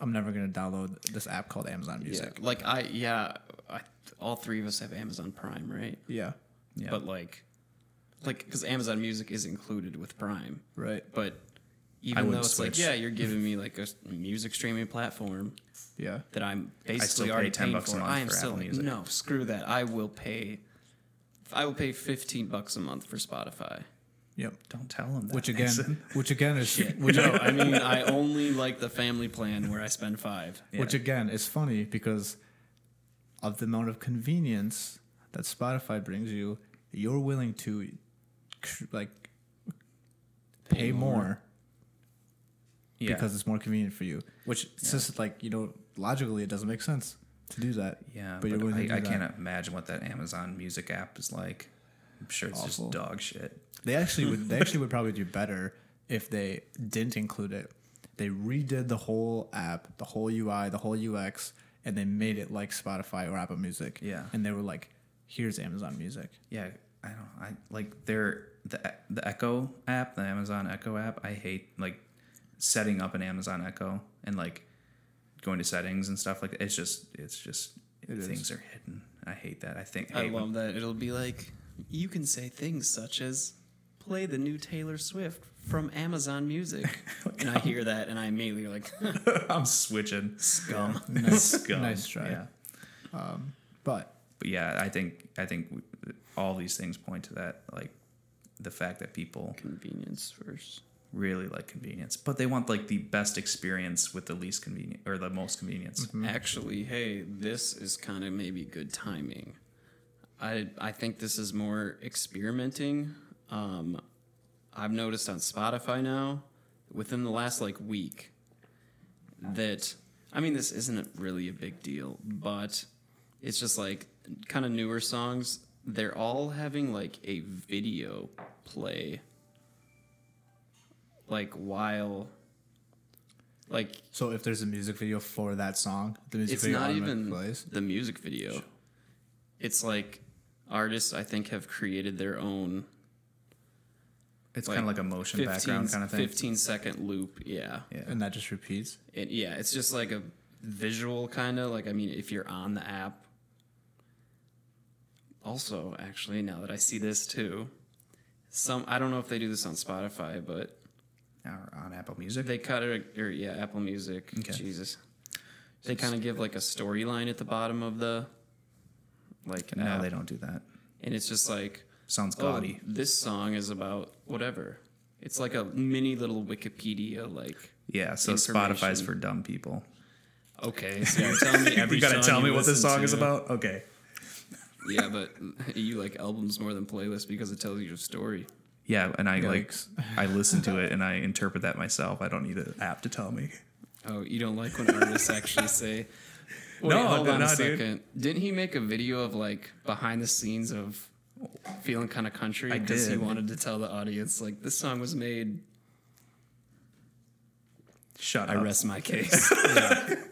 Speaker 4: I'm never going to download this app called Amazon
Speaker 3: Yeah,
Speaker 4: Music.
Speaker 3: like I yeah, I, all three of us have Amazon Prime, right?
Speaker 4: Yeah,
Speaker 2: Yeah.
Speaker 3: But like, like because Amazon Music is included with Prime,
Speaker 4: right.
Speaker 3: but even though
Speaker 2: wouldn't
Speaker 3: it's like
Speaker 2: switch.
Speaker 3: yeah, you're giving me like a s- music streaming platform
Speaker 4: Yeah,
Speaker 3: that I'm basically
Speaker 2: still pay
Speaker 3: already
Speaker 2: 10
Speaker 3: paying
Speaker 2: bucks a
Speaker 3: for.
Speaker 2: month
Speaker 3: I am
Speaker 2: for
Speaker 3: still
Speaker 2: Apple Music.
Speaker 3: no screw that. I will pay. I will pay fifteen bucks a month for Spotify.
Speaker 4: yep.
Speaker 2: don't tell them that.
Speaker 4: Which again,
Speaker 2: Mason. [laughs]
Speaker 4: which again is
Speaker 3: Which
Speaker 4: which,
Speaker 3: no, I mean, [laughs] I only like the family plan where I spend five.
Speaker 4: which again is funny because of the amount of convenience that Spotify brings you, you're willing to cr- like pay, more.
Speaker 2: yeah.
Speaker 4: because it's more convenient for you. Which it's just like you know, logically, it doesn't make sense to do that.
Speaker 2: Yeah,
Speaker 4: but, you're willing to do
Speaker 2: I, I
Speaker 4: that.
Speaker 2: can't imagine what that Amazon Music app is like. I'm sure it's
Speaker 4: Awful.
Speaker 2: just dog shit.
Speaker 4: They actually would. They actually would probably do better if they didn't include it. They redid the whole app, the whole UI, the whole UX, and they made it like Spotify or Apple Music.
Speaker 2: Yeah.
Speaker 4: and they were like, "Here's Amazon Music."
Speaker 2: Yeah, I don't. I like their the the Echo app, the Amazon Echo app. I hate like setting up an Amazon Echo and like going to settings and stuff like that. It's just it's just things are hidden. I hate that. I think
Speaker 3: I
Speaker 2: hate when-
Speaker 3: love that. It'll be like you can say things such as play the new Taylor Swift from Amazon Music. [laughs] and I hear that and I immediately like [laughs]
Speaker 2: [laughs] I'm switching [laughs] scum. scum.
Speaker 4: nice try.
Speaker 2: Yeah.
Speaker 4: But
Speaker 2: but yeah, I think I think w- all these things point to that like the fact that people
Speaker 3: convenience first.
Speaker 2: really like convenience, but they want like the best experience with the least convenient or the most convenience.
Speaker 3: Actually, hey, this is kind of maybe good timing. I I think this is more experimenting. Um, I've noticed on Spotify now, within the last like week, that I mean this isn't really a big deal, but it's just like kind of newer songs. They're all having like a video play, like while, like
Speaker 4: so if there's a music video for that song, the music
Speaker 3: it's
Speaker 4: video
Speaker 3: not
Speaker 4: automatically
Speaker 3: even
Speaker 4: plays.
Speaker 3: the music video. It's like artists, I think, have created their own
Speaker 2: It's
Speaker 3: Like,
Speaker 2: kind of like a motion
Speaker 3: 15,
Speaker 2: background kind of thing.
Speaker 3: 15 second loop. Yeah.
Speaker 2: Yeah.
Speaker 4: and that just repeats.
Speaker 3: It, yeah. It's just like a visual kind of like, I mean, if you're on the app. Also, actually, now that I see this too, some, I don't know if they do this on Spotify, but
Speaker 2: Or on Apple Music.
Speaker 3: they cut it, or yeah, Apple Music.
Speaker 2: Okay.
Speaker 3: Jesus. They kind of give like a storyline at the bottom of the, like,
Speaker 2: no,
Speaker 3: app.
Speaker 2: they don't do that.
Speaker 3: and it's just like
Speaker 2: Sounds
Speaker 3: oh,
Speaker 2: gaudy.
Speaker 3: this song is about whatever it's like a mini little wikipedia like
Speaker 2: yeah, so Spotify's
Speaker 3: information.
Speaker 2: for dumb people.
Speaker 3: [laughs] okay so you're telling me [laughs] every
Speaker 2: you gotta
Speaker 3: song
Speaker 2: tell me
Speaker 3: you
Speaker 2: what this
Speaker 3: listen
Speaker 2: song is
Speaker 3: to-
Speaker 2: about. Okay.
Speaker 3: yeah but [laughs] you like albums more than playlists because it tells you your story
Speaker 2: Yeah, and I
Speaker 4: Yikes.
Speaker 2: like [laughs] I listen to
Speaker 3: [laughs]
Speaker 2: it and I interpret that myself. I don't need an app to tell me.
Speaker 3: oh you don't like when
Speaker 2: [laughs]
Speaker 3: artists actually say Wait,
Speaker 2: No,
Speaker 3: hold
Speaker 2: no,
Speaker 3: on a
Speaker 2: no, dude.
Speaker 3: second. Didn't he make a video of like behind the scenes of feeling kind of country
Speaker 2: I
Speaker 3: because he
Speaker 2: did.
Speaker 3: wanted to tell the audience like this song was made?
Speaker 2: Shut
Speaker 3: I
Speaker 2: up.
Speaker 3: rest my case.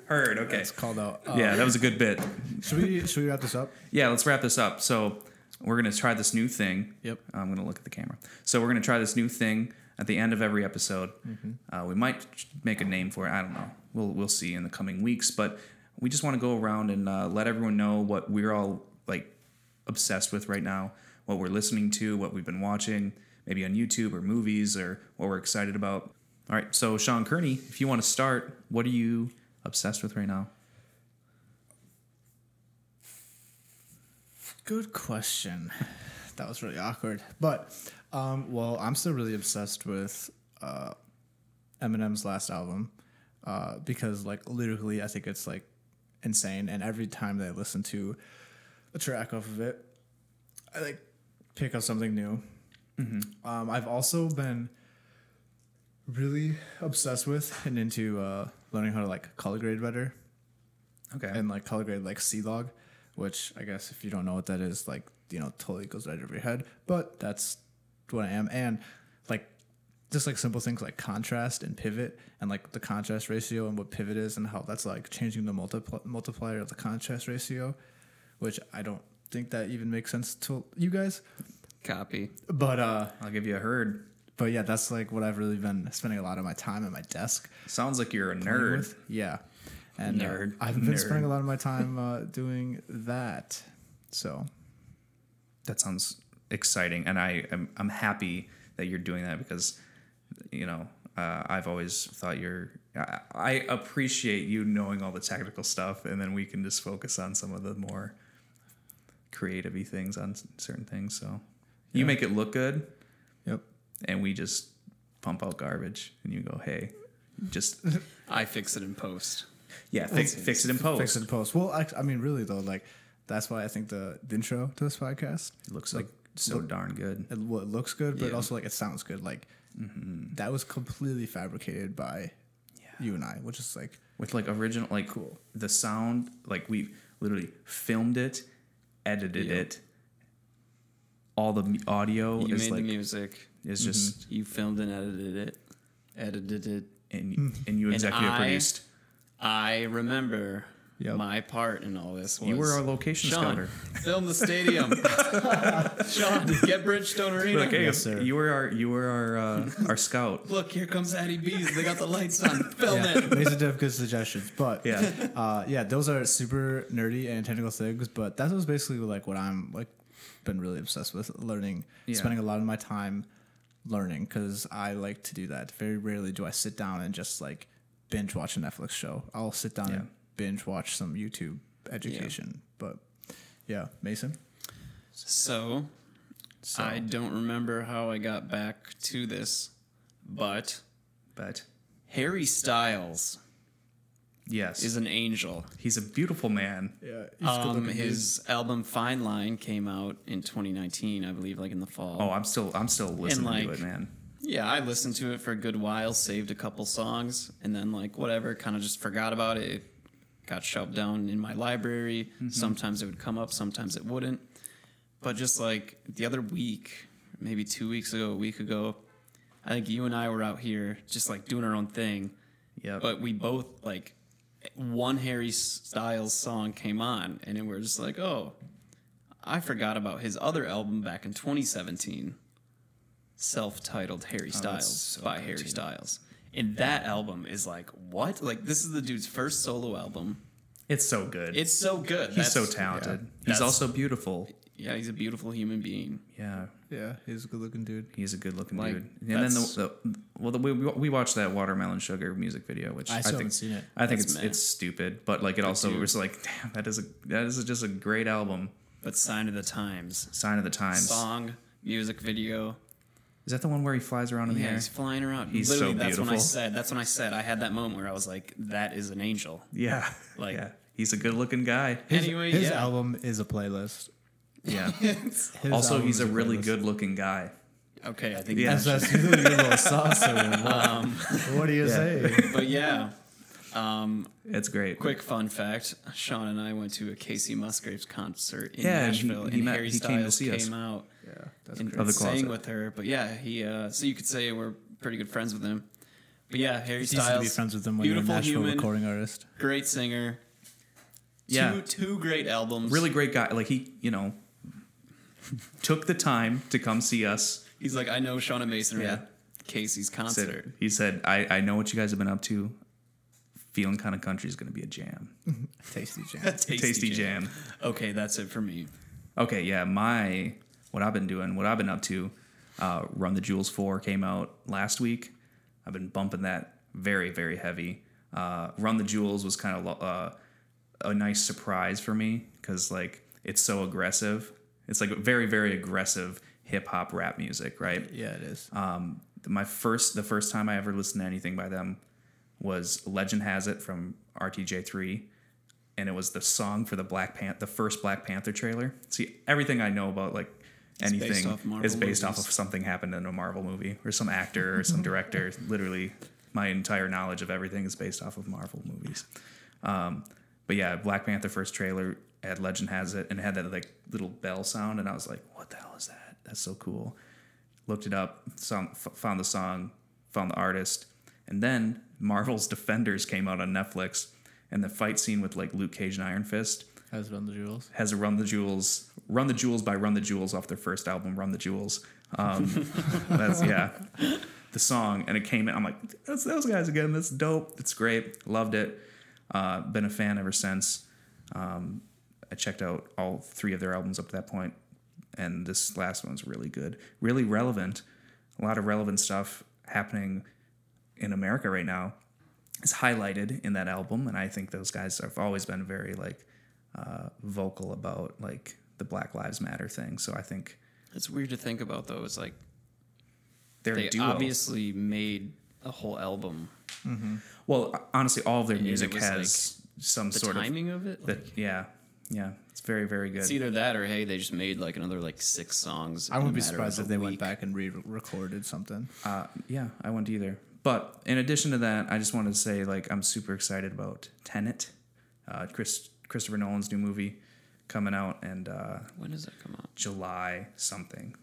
Speaker 2: Heard. Okay.
Speaker 4: It's called out. Uh,
Speaker 2: Yeah, that was a good bit.
Speaker 4: Should we should we wrap this up?
Speaker 2: yeah, let's wrap this up. So we're gonna try this new thing.
Speaker 4: Yep.
Speaker 2: I'm gonna look at the camera. So we're gonna try this new thing at the end of every episode.
Speaker 4: Mm-hmm.
Speaker 2: Uh, we might make a name for it. I don't know. We'll we'll see in the coming weeks. But we just want to go around and uh, let everyone know what we're all like obsessed with right now, what we're listening to, what we've been watching, maybe on YouTube or movies, or what we're excited about. All right. So Sean Kearney, if you want to start, what are you obsessed with right now?
Speaker 4: Good question. That was really awkward. But, um, well, I'm still really obsessed with uh, Eminem's last album uh, because, like, lyrically, I think it's like insane. And every time that I listen to a track off of it, I like pick up something new. Um, I've also been really obsessed with and into uh, learning how to like color grade better
Speaker 2: Okay.
Speaker 4: and like color grade like C log, which I guess if you don't know what that is, like you know, totally goes right over your head. But that's what I am, and like just like simple things like contrast and pivot, and like the contrast ratio and what pivot is, and how that's like changing the multipl- multiplier of the contrast ratio, which I don't think that even makes sense to you guys.
Speaker 3: [laughs] Copy.
Speaker 4: But uh,
Speaker 2: I'll give you a herd.
Speaker 4: but yeah, that's like what I've really been spending a lot of my time at my desk
Speaker 2: Sounds like you're a
Speaker 4: playing
Speaker 2: nerd.
Speaker 4: with. Yeah. And uh,
Speaker 2: Nerd.
Speaker 4: I've been
Speaker 2: Nerd.
Speaker 4: spending a lot of my time uh, doing that. So
Speaker 2: That sounds exciting, and I am I'm happy that you're doing that because, you know, uh, I've always thought you're. I, I appreciate you knowing all the technical stuff, and then we can just focus on some of the more creative things on s- certain things. So you make it look good,
Speaker 4: Yep.
Speaker 2: and we just pump out garbage, and you go, hey, [laughs] just
Speaker 3: I fix it in post.
Speaker 2: yeah, fix, fix it in post.
Speaker 4: Fix it in post. Well, I, I mean, really though, like that's why I think the, the intro to this podcast
Speaker 2: It looks like so darn good.
Speaker 4: it, well, it looks good, but
Speaker 3: Yeah.
Speaker 4: also like it sounds good. Like
Speaker 2: Mm-hmm.
Speaker 4: that was completely fabricated by you and I, which
Speaker 2: [laughs]
Speaker 4: is like
Speaker 2: with like original like cool the sound like we literally filmed it edited it all the mu- audio
Speaker 3: You
Speaker 2: is
Speaker 3: made
Speaker 2: like
Speaker 3: the music. Mm-hmm.
Speaker 2: is just
Speaker 3: You filmed and edited it. Edited it.
Speaker 4: Hmm.
Speaker 2: and and you executive
Speaker 3: I-
Speaker 2: produced
Speaker 3: I remember
Speaker 4: Yep.
Speaker 3: my part in all this. Was
Speaker 2: you were our location
Speaker 3: Sean,
Speaker 2: scouter
Speaker 3: film
Speaker 2: [laughs]
Speaker 3: the stadium. Sean, get Bridgestone Arena.
Speaker 2: like hey
Speaker 4: Yes, sir.
Speaker 2: you were our you were our
Speaker 3: [laughs]
Speaker 2: uh, our scout
Speaker 3: Look, here comes Addie B's. They got the
Speaker 2: [laughs]
Speaker 3: lights on. Film
Speaker 4: yeah,
Speaker 3: it.
Speaker 4: these are diff- good suggestions. But
Speaker 2: Yeah.
Speaker 3: [laughs]
Speaker 4: uh, yeah, those are super nerdy and technical things. But that was basically like what I'm like been really obsessed with learning,
Speaker 2: Yeah.
Speaker 4: spending a lot of my time learning because I like to do that. Very rarely do I sit down and just like binge watch a Netflix show. I'll sit down and
Speaker 2: Yeah.
Speaker 4: binge watch some YouTube education. But yeah, Mason.
Speaker 3: So, I don't remember how I got back to this, but
Speaker 2: but
Speaker 3: Harry Styles
Speaker 2: yes
Speaker 3: is an angel.
Speaker 2: he's a beautiful man
Speaker 4: Yeah,
Speaker 2: Uh,
Speaker 3: Um, his album Fine Line came out in 2019, I believe, like in the fall.
Speaker 2: oh i'm still i'm still listening to
Speaker 3: like-
Speaker 2: it man
Speaker 3: Yeah, I listened to it for a good while, saved a couple songs, and then like whatever, kind of just forgot about it. It got shoved down in my library.
Speaker 2: Mm-hmm.
Speaker 3: Sometimes it would come up, sometimes it wouldn't. But just like the other week, maybe two weeks ago, a week ago, I think you and I were out here just like doing our own thing.
Speaker 2: Yep.
Speaker 3: But we both like one Harry Styles song came on, and then we were just like, oh, I forgot about his other album back in 2017, self-titled Harry
Speaker 2: Oh,
Speaker 3: Styles by Harry Styles. And that album is like, what? Like this is the dude's first solo album.
Speaker 2: it's so good
Speaker 3: It's so good.
Speaker 2: he's so
Speaker 3: That's-
Speaker 2: talented
Speaker 3: That's-
Speaker 2: he's also beautiful
Speaker 3: Yeah, he's a beautiful human being.
Speaker 2: yeah
Speaker 4: yeah, he's a good looking dude.
Speaker 2: He's a good looking
Speaker 3: Like,
Speaker 2: dude. And then
Speaker 3: that's-
Speaker 2: the, the well, the, we we watched that watermelon sugar music video, which
Speaker 4: I
Speaker 2: I,
Speaker 4: still
Speaker 2: think
Speaker 4: haven't seen it.
Speaker 2: I think
Speaker 3: That's
Speaker 2: it's
Speaker 3: meh.
Speaker 2: it's stupid, but like it also
Speaker 3: dude.
Speaker 2: was like, damn, that is a that is just a great album.
Speaker 3: But Sign of the Times.
Speaker 2: Sign of the times.
Speaker 3: Song, music video.
Speaker 2: Is that the one where he flies around in the
Speaker 3: Yeah,
Speaker 2: air?
Speaker 3: he's flying around.
Speaker 2: He's
Speaker 3: Literally,
Speaker 2: so
Speaker 3: that's when I
Speaker 2: beautiful.
Speaker 3: said that's when I said I had that moment where I was like, that is an angel.
Speaker 2: Yeah,
Speaker 3: [laughs] Like-
Speaker 2: yeah. He's a good looking guy.
Speaker 3: anyway,
Speaker 4: his
Speaker 3: yeah.
Speaker 4: album is a playlist.
Speaker 3: [laughs]
Speaker 2: Yeah.
Speaker 4: His
Speaker 2: also,
Speaker 4: album
Speaker 2: he's
Speaker 4: is
Speaker 2: a really
Speaker 4: playlist.
Speaker 2: good looking guy.
Speaker 3: Okay, I think
Speaker 2: Yeah.
Speaker 4: That's that's you little
Speaker 2: [laughs]
Speaker 4: saucer. Um, what do you say?
Speaker 3: but yeah. Um,
Speaker 2: It's great.
Speaker 3: Quick fun fact: Sean and I went to a Casey Musgraves concert in
Speaker 2: Yeah, and he-
Speaker 3: Nashville, and,
Speaker 2: he met-
Speaker 3: Harry
Speaker 2: he came to
Speaker 3: Styles
Speaker 2: see
Speaker 3: came,
Speaker 2: us.
Speaker 3: out
Speaker 4: Yeah, that's
Speaker 3: and
Speaker 2: Of the
Speaker 3: sang
Speaker 2: closet.
Speaker 3: with her. But yeah, he uh, so you could say we're pretty good friends with him. But yeah, Harry
Speaker 4: It's easy to
Speaker 3: Styles,
Speaker 4: be friends with them when you're a
Speaker 3: beautiful
Speaker 4: Nashville
Speaker 3: human,
Speaker 4: recording artist.
Speaker 3: great singer.
Speaker 2: Yeah.
Speaker 3: two, two great albums.
Speaker 2: Really great guy. Like he, you know, [laughs] took the time to come see us.
Speaker 3: he's like I know Sean and Mason are
Speaker 2: Yeah.
Speaker 3: at Casey's
Speaker 2: Said-
Speaker 3: concert. [laughs]
Speaker 2: he said, I, I know what you guys have been up to. Feeling kind of country is going to be a jam.
Speaker 4: Tasty
Speaker 2: [laughs]
Speaker 4: jam.
Speaker 2: Tasty, jam.
Speaker 3: Okay, that's it for me.
Speaker 2: Okay, yeah, my what I've been doing, what I've been up to. Uh, Run the Jewels Four came out last week. I've been bumping that very, very heavy. Uh, Run the Jewels was kind of lo- uh, a nice surprise for me because like it's so aggressive. It's like very very aggressive hip hop rap music, right?
Speaker 4: Yeah, it is. Ah,
Speaker 2: Um, my first, the first time I ever listened to anything by them was Legend Has It from RTJ3, and it was the song for the Black Panther, the first Black Panther trailer. See, everything I know about like
Speaker 3: based
Speaker 2: anything
Speaker 3: off Marvel
Speaker 2: is based off
Speaker 3: movies.
Speaker 2: of something happened in a Marvel movie or some actor or some
Speaker 3: [laughs]
Speaker 2: director. Literally, my entire knowledge of everything is based off of Marvel movies. Um, but yeah, Black Panther first trailer had Legend Has It and it had that like little bell sound, and I was like, what the hell is that? That's so cool looked it up, song, f- found the song, found the artist, and then Marvel's [laughs] Defenders came out on Netflix, and the fight scene with like Luke Cage and Iron Fist
Speaker 4: Has run the jewels.
Speaker 2: has a Run the Jewels, Run the Jewels by Run the Jewels off their first album, Run the Jewels. Um, that's yeah, the song, and it came in. I'm like, that's those guys again. That's dope. It's great. Loved it. Uh, been a fan ever since. Um, I checked out all three of their albums up to that point, and this last one's really good, really relevant. A lot of relevant stuff happening in America right now is highlighted in that album, and I think those guys have always been very like uh, vocal about like the Black Lives Matter thing. So I think
Speaker 3: It's weird to think about though. It's like
Speaker 2: they're
Speaker 3: they
Speaker 2: a duo.
Speaker 3: obviously made a whole album.
Speaker 2: well, honestly, all of their music
Speaker 3: was,
Speaker 2: has some
Speaker 3: The
Speaker 2: sort
Speaker 3: timing of, it,
Speaker 2: of that. Yeah, yeah, it's very very good.
Speaker 3: it's either that or hey, they just made like another like six songs.
Speaker 4: I
Speaker 3: in a
Speaker 4: wouldn't be
Speaker 3: matter of
Speaker 4: surprised
Speaker 3: a
Speaker 4: if they went
Speaker 3: week.
Speaker 4: back and re-recorded something.
Speaker 2: Uh, yeah, I wouldn't either. But in addition to that, I just wanted to say like I'm super excited about Tenet, uh, Chris Christopher Nolan's new movie coming out and uh,
Speaker 3: When does that come out?
Speaker 2: July something.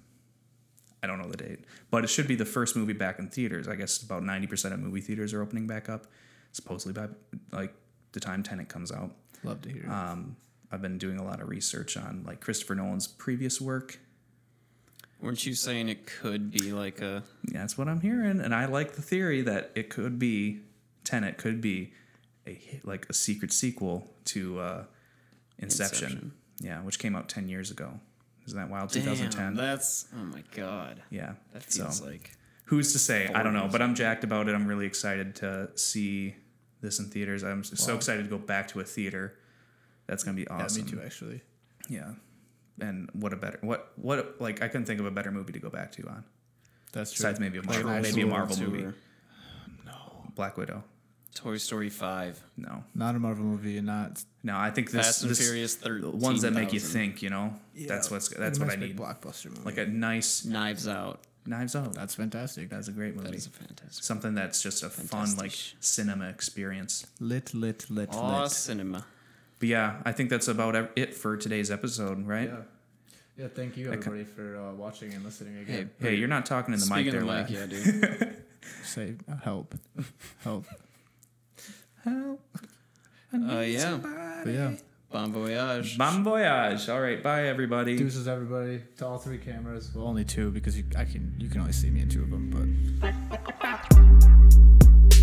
Speaker 2: I don't know the date, but it should be the first movie back in theaters. I guess about 90% of movie theaters are opening back up, supposedly by like the time Tenet comes out.
Speaker 4: Love to hear. it.
Speaker 2: Um, I've been doing a lot of research on like Christopher Nolan's previous work.
Speaker 3: Weren't you saying it could be like a
Speaker 2: That's what I'm hearing, and I like the theory that it could be Tenet could be a hit- like a secret sequel to uh, Inception.
Speaker 3: Inception.
Speaker 2: Yeah, which came out 10 years ago. Isn't that wild?
Speaker 3: Damn,
Speaker 2: 2010.
Speaker 3: That's oh my god.
Speaker 2: yeah.
Speaker 3: That
Speaker 2: So-
Speaker 3: feels like
Speaker 2: who's to say? I don't know,
Speaker 3: Foreigners.
Speaker 2: but I'm jacked about it. I'm really excited to see this in theaters. I'm so excited to go back to a theater. That's gonna be
Speaker 4: yeah,
Speaker 2: awesome.
Speaker 4: me too. Actually,
Speaker 2: Yeah. And what a better what what like I couldn't think of a better movie to go back to on
Speaker 4: that's true.
Speaker 2: besides maybe a Marvel
Speaker 4: an
Speaker 2: maybe a
Speaker 4: actual
Speaker 2: Marvel
Speaker 3: tour.
Speaker 2: movie. Black Widow.
Speaker 3: Toy Story Five,
Speaker 2: No,
Speaker 4: Not a Marvel movie, and not
Speaker 2: no. I think this
Speaker 3: Fast and
Speaker 2: this-
Speaker 3: Furious 13,000.
Speaker 2: ones that make you think. You know, that's what's that's
Speaker 4: a
Speaker 2: what
Speaker 4: nice
Speaker 2: I
Speaker 4: big
Speaker 2: need.
Speaker 4: Blockbuster movie.
Speaker 2: Like a nice
Speaker 3: Knives Out.
Speaker 2: Knives Out.
Speaker 4: that's fantastic.
Speaker 2: That's a great movie.
Speaker 3: That is a fantastic.
Speaker 2: Something that's just a fun like
Speaker 3: Fantastic.
Speaker 2: cinema experience.
Speaker 4: lit, lit, lit,
Speaker 3: Aw,
Speaker 4: lit.
Speaker 3: cinema.
Speaker 2: But yeah, I think that's about ev- it for today's episode, right?
Speaker 4: Yeah, thank you everybody for uh, watching and listening
Speaker 3: again.
Speaker 2: Hey, you're not talking in the mic
Speaker 3: Speaking
Speaker 2: there,
Speaker 3: of
Speaker 2: like
Speaker 3: like, yeah, dude.
Speaker 4: Say uh, help,
Speaker 2: [laughs]
Speaker 4: help.
Speaker 2: [laughs]
Speaker 3: Uh, yeah,
Speaker 4: But yeah,
Speaker 3: Bon Voyage.
Speaker 2: Bon voyage. All right, bye everybody.
Speaker 4: deuces everybody to all three cameras. Well, only two because you I can you can only see me in two of them, but.